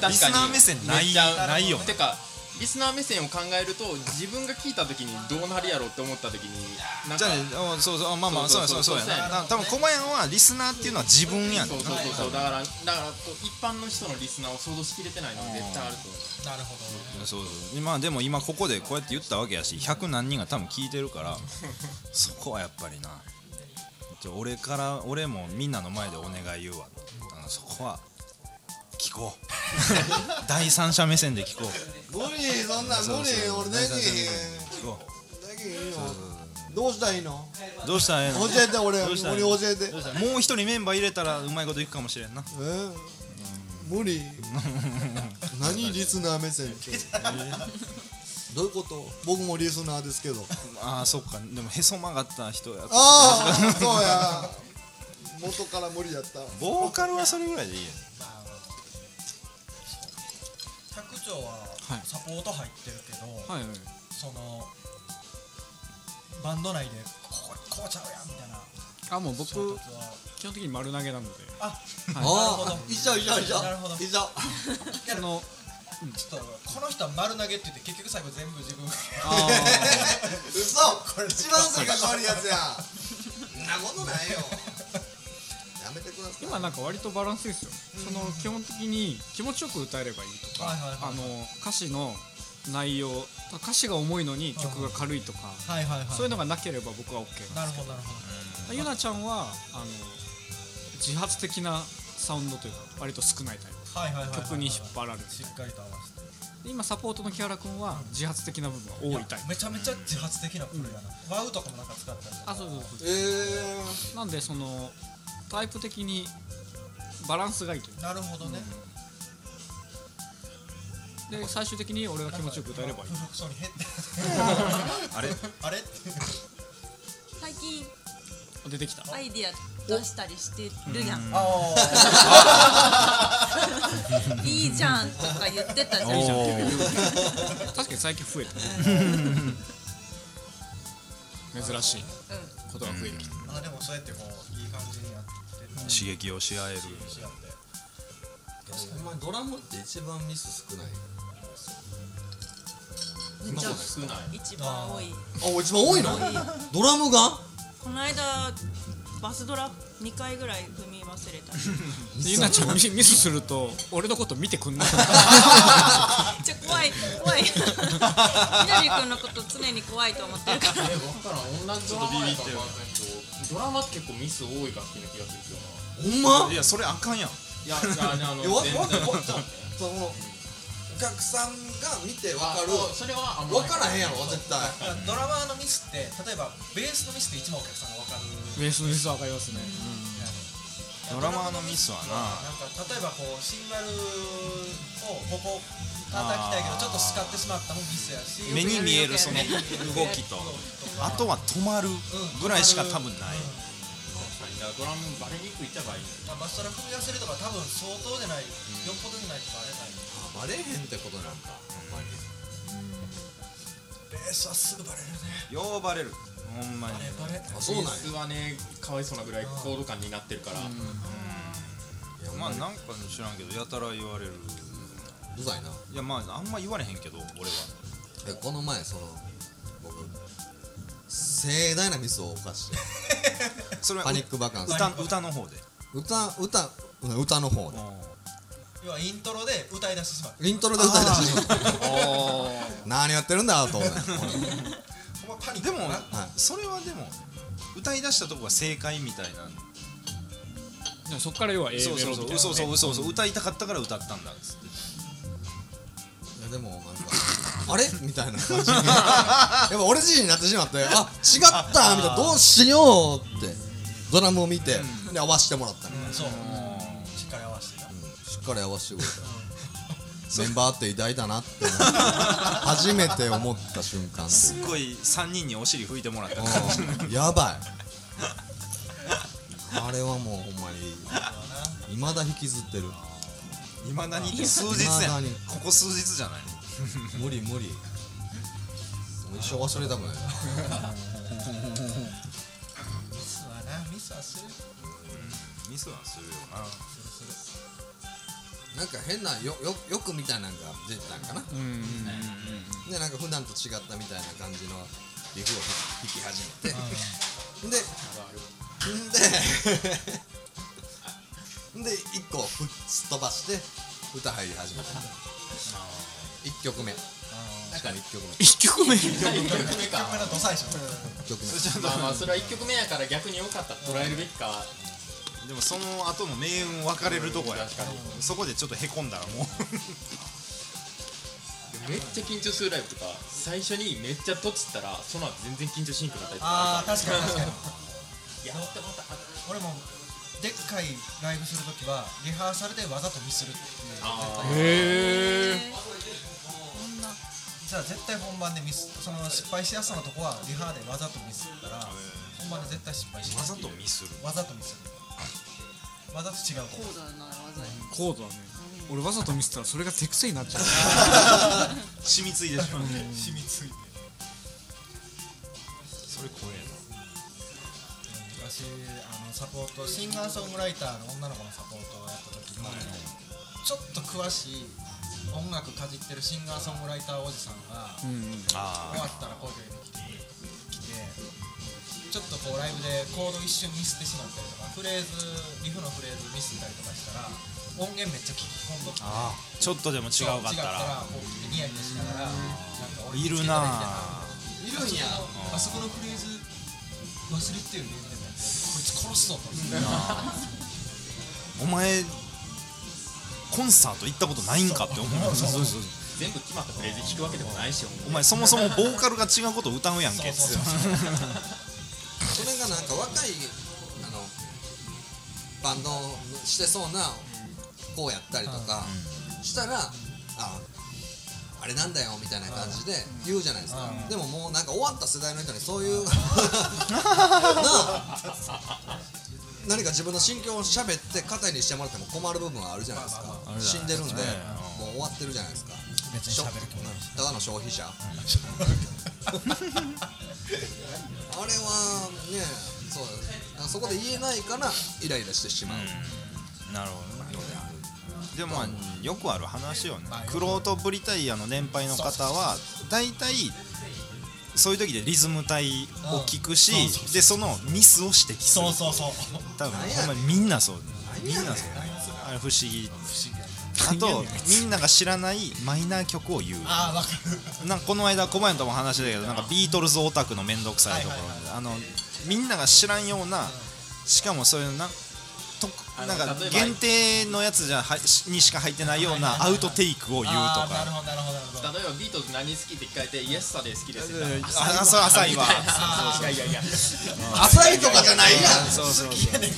[SPEAKER 4] 確か に
[SPEAKER 2] リスナー目線ない
[SPEAKER 4] めっちゃ
[SPEAKER 2] ないよね
[SPEAKER 4] てかリスナー目線を考えると自分が聞いた時にどうなるやろうって思った時になん
[SPEAKER 2] じ
[SPEAKER 4] か
[SPEAKER 2] ゃあねあそうそうあまあまあそ
[SPEAKER 4] そうう
[SPEAKER 2] やそ
[SPEAKER 4] そうう
[SPEAKER 2] や
[SPEAKER 4] そ
[SPEAKER 2] そ
[SPEAKER 4] う
[SPEAKER 2] うやなな多分小林はリスナーっていうのは自分やねん
[SPEAKER 4] そう
[SPEAKER 2] な
[SPEAKER 4] そうそうそうだからだからこう一般の人のリスナーを想像しきれてないのは絶対あると思う
[SPEAKER 3] なるほどね
[SPEAKER 2] そうそうまあでも今ここでこうやって言ったわけやし100何人が多分聞いてるからそこはやっぱりなちょ俺から俺もみんなの前でお願い言うわあのそこは聞こう 第三者目線で聞こう
[SPEAKER 1] 無理そんなん無理
[SPEAKER 2] そうそう
[SPEAKER 1] 俺何
[SPEAKER 2] 第三者目線で聞こ
[SPEAKER 1] 何よどうしたらいいの
[SPEAKER 2] うどうしたらええの
[SPEAKER 1] 教えて俺
[SPEAKER 2] どう
[SPEAKER 1] 無理
[SPEAKER 2] したらいい
[SPEAKER 1] 教えて
[SPEAKER 2] どうしたらもう一人メンバー入れたらうまいこといくかもしれんな
[SPEAKER 1] え無 理何リスナー目線ってどういうこと僕もリスナーですけど
[SPEAKER 2] ああそっかでもへそ曲がった人や
[SPEAKER 1] ああそうや元から無理やった
[SPEAKER 2] ボーカルはそれぐらいでいいやん
[SPEAKER 3] 百条は
[SPEAKER 5] はい
[SPEAKER 3] サポート入ってるけど、
[SPEAKER 5] はいはい
[SPEAKER 3] そのバンド内でこここうちゃうやんみたいな
[SPEAKER 5] あもう僕
[SPEAKER 3] 衝突は
[SPEAKER 5] 基本的に丸投げなので
[SPEAKER 3] あ
[SPEAKER 5] はい
[SPEAKER 3] なる
[SPEAKER 1] あ
[SPEAKER 3] ほど
[SPEAKER 1] ー一緒一緒一緒
[SPEAKER 3] なるほど
[SPEAKER 1] 一緒
[SPEAKER 3] や
[SPEAKER 5] その
[SPEAKER 3] ちょっとこの人は丸投げって言って結局最後全部自分が
[SPEAKER 5] あ
[SPEAKER 1] 嘘これ一番それが変わるやつやんなことないよやめてください
[SPEAKER 5] ー今なんか割とバランスいいですよ、その基本的に気持ちよく歌えればいいとか、
[SPEAKER 3] はいはいはい
[SPEAKER 5] あの歌詞の内容歌詞が重いのに曲が軽いとか、
[SPEAKER 3] はいはいはい
[SPEAKER 5] そういうのがなければ僕は OK
[SPEAKER 3] なるほどなるほ
[SPEAKER 5] ゆなちゃんはあの自発的なサウンドというか割と少ないタイプ
[SPEAKER 3] どはいはいはいはいはい
[SPEAKER 5] 曲に引っ張られる
[SPEAKER 3] しっかりと合わせて
[SPEAKER 5] で今サポートの木原君は自発的な部分は多いタイプ
[SPEAKER 3] めちゃめちゃ自発的なプレーやな、ワウとかもなんか使ったりとか
[SPEAKER 5] あそうそうそ
[SPEAKER 1] えー
[SPEAKER 5] うなんでそのタイプ的にバランスがいいという
[SPEAKER 3] なるほどね、
[SPEAKER 5] で最終的に俺が気持ちよく歌えればいい
[SPEAKER 3] 不服そうに減って
[SPEAKER 2] あれ
[SPEAKER 3] あれって
[SPEAKER 6] 最近
[SPEAKER 5] 出てきた
[SPEAKER 6] アイディア出したりしてるやん
[SPEAKER 3] あ
[SPEAKER 6] いいじゃんとか言ってたじゃん
[SPEAKER 5] いいじゃん
[SPEAKER 2] おー
[SPEAKER 5] 確かに最近増えた珍しいことが増えてきた
[SPEAKER 3] あでもそうやってこういい感じにやってる
[SPEAKER 2] 刺激をし合える
[SPEAKER 3] しやって
[SPEAKER 1] お前ドラムって一番ミス少ない
[SPEAKER 6] うんじゃあ
[SPEAKER 4] 少ない
[SPEAKER 6] 一番多い
[SPEAKER 1] あ一番多いのドラムが
[SPEAKER 6] この間バスドラ2回ぐらい踏み忘れた
[SPEAKER 5] ゆなちゃんミスミスすると俺のこと見てくんない
[SPEAKER 6] ちょ怖い怖いみなりくんのこと常に怖いと思ってるから
[SPEAKER 4] え僕から同じドラマやったらわかんないけどドラマって結構ミス多い楽器な気がする
[SPEAKER 1] ほんま
[SPEAKER 2] いやそれあかんやん
[SPEAKER 4] けどないやじゃあねあの
[SPEAKER 1] いやわ
[SPEAKER 4] 全
[SPEAKER 1] わか
[SPEAKER 4] 然
[SPEAKER 1] わかそのお客さんが見てわかる
[SPEAKER 4] あそうそれはあんま
[SPEAKER 1] わ
[SPEAKER 4] り
[SPEAKER 1] からへんやろ絶対
[SPEAKER 3] ドラマーのミスって例えばベースのミスって一番お客さんが分かる
[SPEAKER 5] ベースの ミスは分かりますね
[SPEAKER 2] ドラマーのミスはな
[SPEAKER 3] なんか例えばこうシンバルをここ叩きたいけどちょっと使ってしまったもミスやし
[SPEAKER 2] 目に見えるその動きとあとは止まるぐらいしか多分ない
[SPEAKER 4] いやドラムバレにくいったらいいの
[SPEAKER 3] まあ、バストラ踏み出せるとか多分相当じゃない、よっぽどじゃないとかあれない
[SPEAKER 1] バレへんってことなんかあんまり
[SPEAKER 3] ベースはすぐバレるね
[SPEAKER 2] ようバレるほんまに
[SPEAKER 3] バレバレ
[SPEAKER 1] あそうなんや
[SPEAKER 4] ベースはねかわいそうなぐらいコード感になってるから
[SPEAKER 2] まあなんか知らんけどやたら言われる
[SPEAKER 1] うざいない
[SPEAKER 2] やまああんま言われへんけど俺は
[SPEAKER 1] えこの前その僕盛大なミスを犯 して
[SPEAKER 2] それは
[SPEAKER 1] パニックバカンス
[SPEAKER 2] 歌歌の方で
[SPEAKER 1] 歌歌歌の方で
[SPEAKER 3] 要はイントロで歌い出してしまう
[SPEAKER 1] イントロで歌い出してしまった 何やってるんだと思うね
[SPEAKER 3] ほんまパニッ
[SPEAKER 2] で
[SPEAKER 3] ク
[SPEAKER 2] も
[SPEAKER 3] だな
[SPEAKER 2] それはでも歌い出したとこが正解みたいな
[SPEAKER 5] でもそっから要は A メロ
[SPEAKER 2] そう
[SPEAKER 5] みたい
[SPEAKER 2] そう
[SPEAKER 5] な
[SPEAKER 2] そうそ
[SPEAKER 5] ね
[SPEAKER 2] うそうそうそう歌いたかったから歌ったんだっつって
[SPEAKER 1] いやでもなんかあれみたいな感 じにやっぱ俺自身になってしまってあ違ったみたいなどうしようってドラムを見て、で合わせてもらったみたいな、
[SPEAKER 3] そうしっかり合わせてな
[SPEAKER 1] しっかり合わせてくれたメンバーって偉大だなって思った初めて思った瞬間
[SPEAKER 2] すっごい3人にお尻拭いてもらった感じ
[SPEAKER 1] うん やばいあれはもうほんまにいまだ引きずってる
[SPEAKER 2] いまだにって数日や
[SPEAKER 1] 未だに
[SPEAKER 2] ここ数日じゃない
[SPEAKER 1] 無理無理もう一生忘れたくないな
[SPEAKER 3] ミスはなミスはする
[SPEAKER 2] ミスはするよな
[SPEAKER 1] なんか変なよよよくみたいなのが出てたんかな
[SPEAKER 5] うんうん
[SPEAKER 1] でなんか普段と違ったみたいな感じのリフを弾き始めてで んでんで一個ふっすっ飛ばして歌入り始めたみたいな1曲目だから1曲目
[SPEAKER 5] 一曲目
[SPEAKER 4] 1曲目
[SPEAKER 3] 1曲目
[SPEAKER 4] か
[SPEAKER 3] のドサいしょ
[SPEAKER 1] 1曲目
[SPEAKER 4] まあまあそれは1曲目やから逆に良かった捉えるべきか
[SPEAKER 2] でもその後の命運分かれるとこや
[SPEAKER 4] 確かに
[SPEAKER 2] そこでちょっとへこんだらもう
[SPEAKER 4] めっちゃ緊張するライブとか最初にめっちゃとつったらその後全然緊張しにくくなっ
[SPEAKER 3] ああ
[SPEAKER 4] たりとか
[SPEAKER 3] 確かに確かに
[SPEAKER 4] やってもった
[SPEAKER 3] 俺もでっかいライブするときはリハーサルでわざとミスるっていう
[SPEAKER 4] あ
[SPEAKER 5] へえ
[SPEAKER 3] じゃあ絶対本番でミスその失敗しやすさのとこはリハーでわざとミスったら本番で絶対失敗し
[SPEAKER 2] わ
[SPEAKER 3] ない
[SPEAKER 2] ざとミスる
[SPEAKER 3] わざとミスるわざと違う
[SPEAKER 6] 高度な技や
[SPEAKER 5] コードだね俺わざと見せたらそれが手癖になっちゃう
[SPEAKER 2] 染みついでしょ
[SPEAKER 3] 染みついて
[SPEAKER 2] それ怖えな
[SPEAKER 3] あ私あのサポートシンガーソングライターの女の子のサポートをやった時に、ちょっと詳しい音楽かじってるシンガーソングライターおじさんが、
[SPEAKER 5] うんうん
[SPEAKER 2] あ
[SPEAKER 3] 終わったら声かけてきてちょっとこうライブでコード一瞬ミスってしまったりとかフレーズリフのフレーズミスったりとかしたら音源めっちゃ聞き込んどくて
[SPEAKER 2] あちょっとでも違うかったら
[SPEAKER 3] こうニヤニヤしながらなんか
[SPEAKER 2] い
[SPEAKER 3] 俺
[SPEAKER 2] るなあ
[SPEAKER 3] いるんやあそこのフレーズ忘れてるねみたいなこいつ殺すぞと
[SPEAKER 2] お前コンサート行ったことないんかって思うそうそう
[SPEAKER 4] 全部決まったフレーズ弾くわけでもないし
[SPEAKER 2] お前そもそもボーカルが違うことを歌うやんけ
[SPEAKER 3] そうそう
[SPEAKER 1] それがなんか若いあのバンドしてそうな子やったりとかしたら、ああれなんだよみたいな感じで言うじゃないですか、でももうなんか終わった世代の人にそういう なあ何か自分の心境を喋って肩にしてもらっても困る部分はあるじゃないですか死んでるんでもう終わってるじゃないですか
[SPEAKER 3] 別に喋る気もない
[SPEAKER 1] ただの消費者 あれはねそうだそこで言えないからイライラしてしまう、
[SPEAKER 2] なるほどでもまあよくある話よねクロートブリタイアの年配の方は大体そういう時でリズム体を聞くしでそのミスを指摘する
[SPEAKER 3] そうそうそう
[SPEAKER 2] 多分ほんまにみんなそうみんなそうあれ不思議あとみんなが知らないマイナー曲を言う
[SPEAKER 3] ああわかる
[SPEAKER 2] なんかこの間小林とも話してたけどなんかビートルズオタクの面倒くさいところ、あのみんなが知らんようなしかもそういうなと
[SPEAKER 4] あの
[SPEAKER 2] なんか
[SPEAKER 4] 例えば
[SPEAKER 2] 限定のやつじゃはしにしか入ってないようなアウトテイクを言うと
[SPEAKER 3] あーなる
[SPEAKER 2] か
[SPEAKER 3] ほどなるほどなるほど
[SPEAKER 4] 例えばビートルズ何好きって聞かれてイエスサで好きですって言ったら
[SPEAKER 2] ああそれ浅いわ
[SPEAKER 3] あ
[SPEAKER 4] いやいやいや
[SPEAKER 1] 浅いとかじゃないや
[SPEAKER 2] そうそうそうえ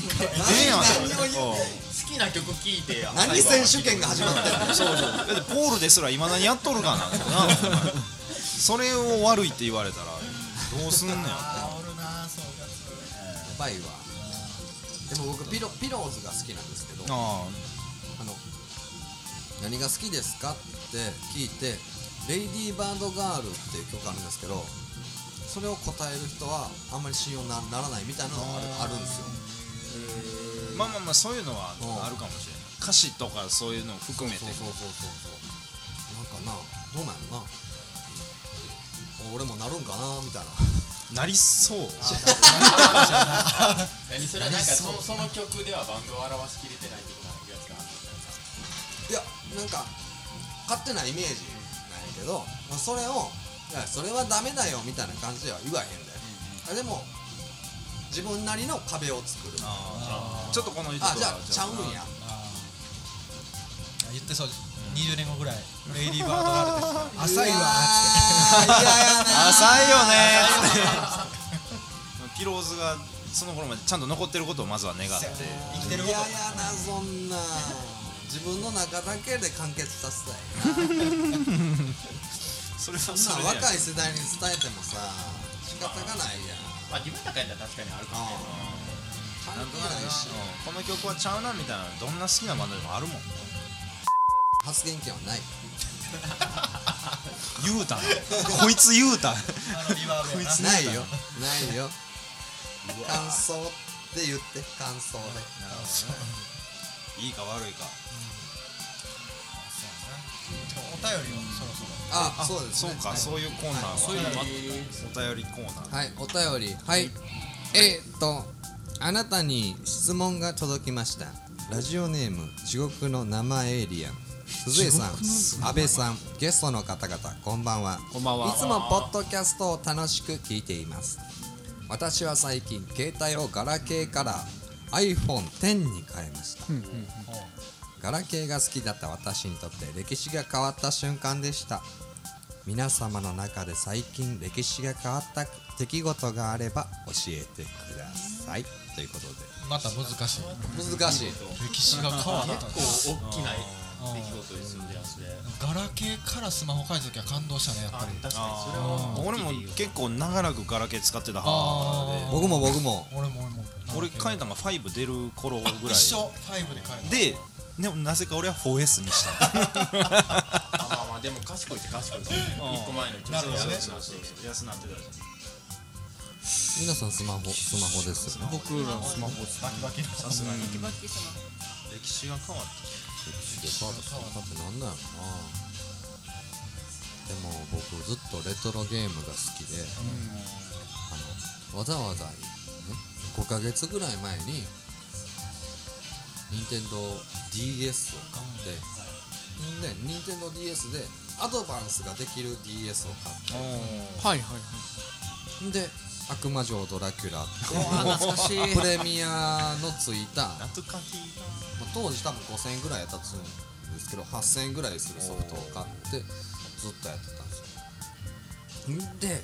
[SPEAKER 2] えやんそれ
[SPEAKER 1] 何を言
[SPEAKER 2] おう
[SPEAKER 4] 好きな曲聴いてや
[SPEAKER 1] 何選手権が始まってる
[SPEAKER 2] そうそうだってポールですらいまだにやっとるかなそれを悪いって言われたらどうすんねん
[SPEAKER 3] あおるなそうか
[SPEAKER 1] やばいわでも僕ピロピローズが好きなんですけど
[SPEAKER 2] あ
[SPEAKER 1] あの何が好きですかって聞いて「レイディー・バード・ガール」っていう曲あるんですけどそれを答える人はあんまり信用なならないみたいなのがあるあるんですよ
[SPEAKER 2] まあまあまあそういうのは
[SPEAKER 1] うん
[SPEAKER 2] あるかもしれない歌詞とかそういうのを含めて
[SPEAKER 1] そうそうそうそうそうなんかなどうなんやろな俺もなるんかなみたいな
[SPEAKER 2] なりそう
[SPEAKER 4] 何それはなんかそのその曲ではバンドを表しきれてない的なやつが
[SPEAKER 1] いやなんか勝手なイメージなんやけど、まあ、それをいやそれはダメだよみたいな感じでは言わへんだよ、あでも自分なりの壁を作る
[SPEAKER 2] ちょっとこの人
[SPEAKER 1] あじゃあちゃうんや
[SPEAKER 3] あ言ってそうです20年後ぐらいレイディーバードガールです浅いわ
[SPEAKER 2] 浅いよねピローズがその頃までちゃんと残ってることをまずは願って
[SPEAKER 3] 生きて
[SPEAKER 1] 嫌
[SPEAKER 3] る
[SPEAKER 1] や
[SPEAKER 3] こと
[SPEAKER 1] やなそんな自分の中だけで完結させたい
[SPEAKER 2] それは
[SPEAKER 1] そ
[SPEAKER 2] そ
[SPEAKER 1] ん
[SPEAKER 2] れ
[SPEAKER 1] な
[SPEAKER 2] で
[SPEAKER 1] 若い世代に伝えてもさ仕方がないやん
[SPEAKER 4] まあ自分の中やったら確かにあるかも
[SPEAKER 1] ああ関係ないし
[SPEAKER 2] うんこの曲はちゃうなみたいなどんな好きなバンドでもあるもん
[SPEAKER 1] 発言権はない
[SPEAKER 2] 言うたなこいつ言うた
[SPEAKER 3] あのリバーブやな
[SPEAKER 1] ないよないよ感想って言って感想で
[SPEAKER 2] いいか悪いか
[SPEAKER 3] ちょっとお便りをそろそろ
[SPEAKER 1] あそうです
[SPEAKER 2] そう
[SPEAKER 1] ね
[SPEAKER 2] かそういうコーナーは
[SPEAKER 5] そういうのもあっ
[SPEAKER 2] お便りコーナー
[SPEAKER 1] はいお便りはいえー、っとあなたに質問が届きましたラジオネーム地獄の生エイリアン鈴江さん阿部さんゲストの方々こんばんは
[SPEAKER 5] こんばんはい
[SPEAKER 1] つもポッドキャストを楽しく聞いています私は最近携帯をガラケーから iPhone10 に変えました、ガラケーが好きだった私にとって歴史が変わった瞬間でした皆様の中で最近歴史が変わった出来事があれば教えてくださいということ
[SPEAKER 3] また難しい
[SPEAKER 1] で難しい
[SPEAKER 3] 歴史が変わった
[SPEAKER 4] 結構大きな出来事ですよねそれ
[SPEAKER 3] ガラケーからスマホ変えた時は感動したねやっぱり
[SPEAKER 4] 確かにそ
[SPEAKER 2] あ
[SPEAKER 4] れは
[SPEAKER 2] ー俺も結構長らくガラケー使ってた派
[SPEAKER 3] あ
[SPEAKER 1] 僕も僕も
[SPEAKER 3] ー俺も俺
[SPEAKER 2] で
[SPEAKER 3] も
[SPEAKER 2] 俺変えたのが5出る頃ぐらい
[SPEAKER 3] 一緒5で変え
[SPEAKER 2] で
[SPEAKER 3] た
[SPEAKER 2] でもなぜか俺は 4S にした
[SPEAKER 4] あまあまあでも賢いって賢いですね
[SPEAKER 2] うん
[SPEAKER 4] 一個前の一
[SPEAKER 3] なるほどね
[SPEAKER 4] そうそうそう
[SPEAKER 2] 安なってたじ
[SPEAKER 1] 皆さんスマホスマホですよね
[SPEAKER 5] 僕らのスマホ
[SPEAKER 3] バキバキのさすがに
[SPEAKER 6] バッキー様
[SPEAKER 2] 歴史が変わった
[SPEAKER 1] デパートそんなってなんだよなでも僕ずっとレトロゲームが好きで、あのわざわざ、ね、5ヶ月ぐらい前に任天堂 d s を買って、で任天堂 d s でアドバンスができる DS を買って
[SPEAKER 5] はいはいはい
[SPEAKER 1] で悪魔城ドラキュラっていう
[SPEAKER 5] 懐かしい
[SPEAKER 1] プレミアのついた、まあ、
[SPEAKER 2] 懐かしいな
[SPEAKER 1] 当時多分5000円ぐらいやったと思うんですけど8000円ぐらいするソフトを買ってずっとやってたんですよで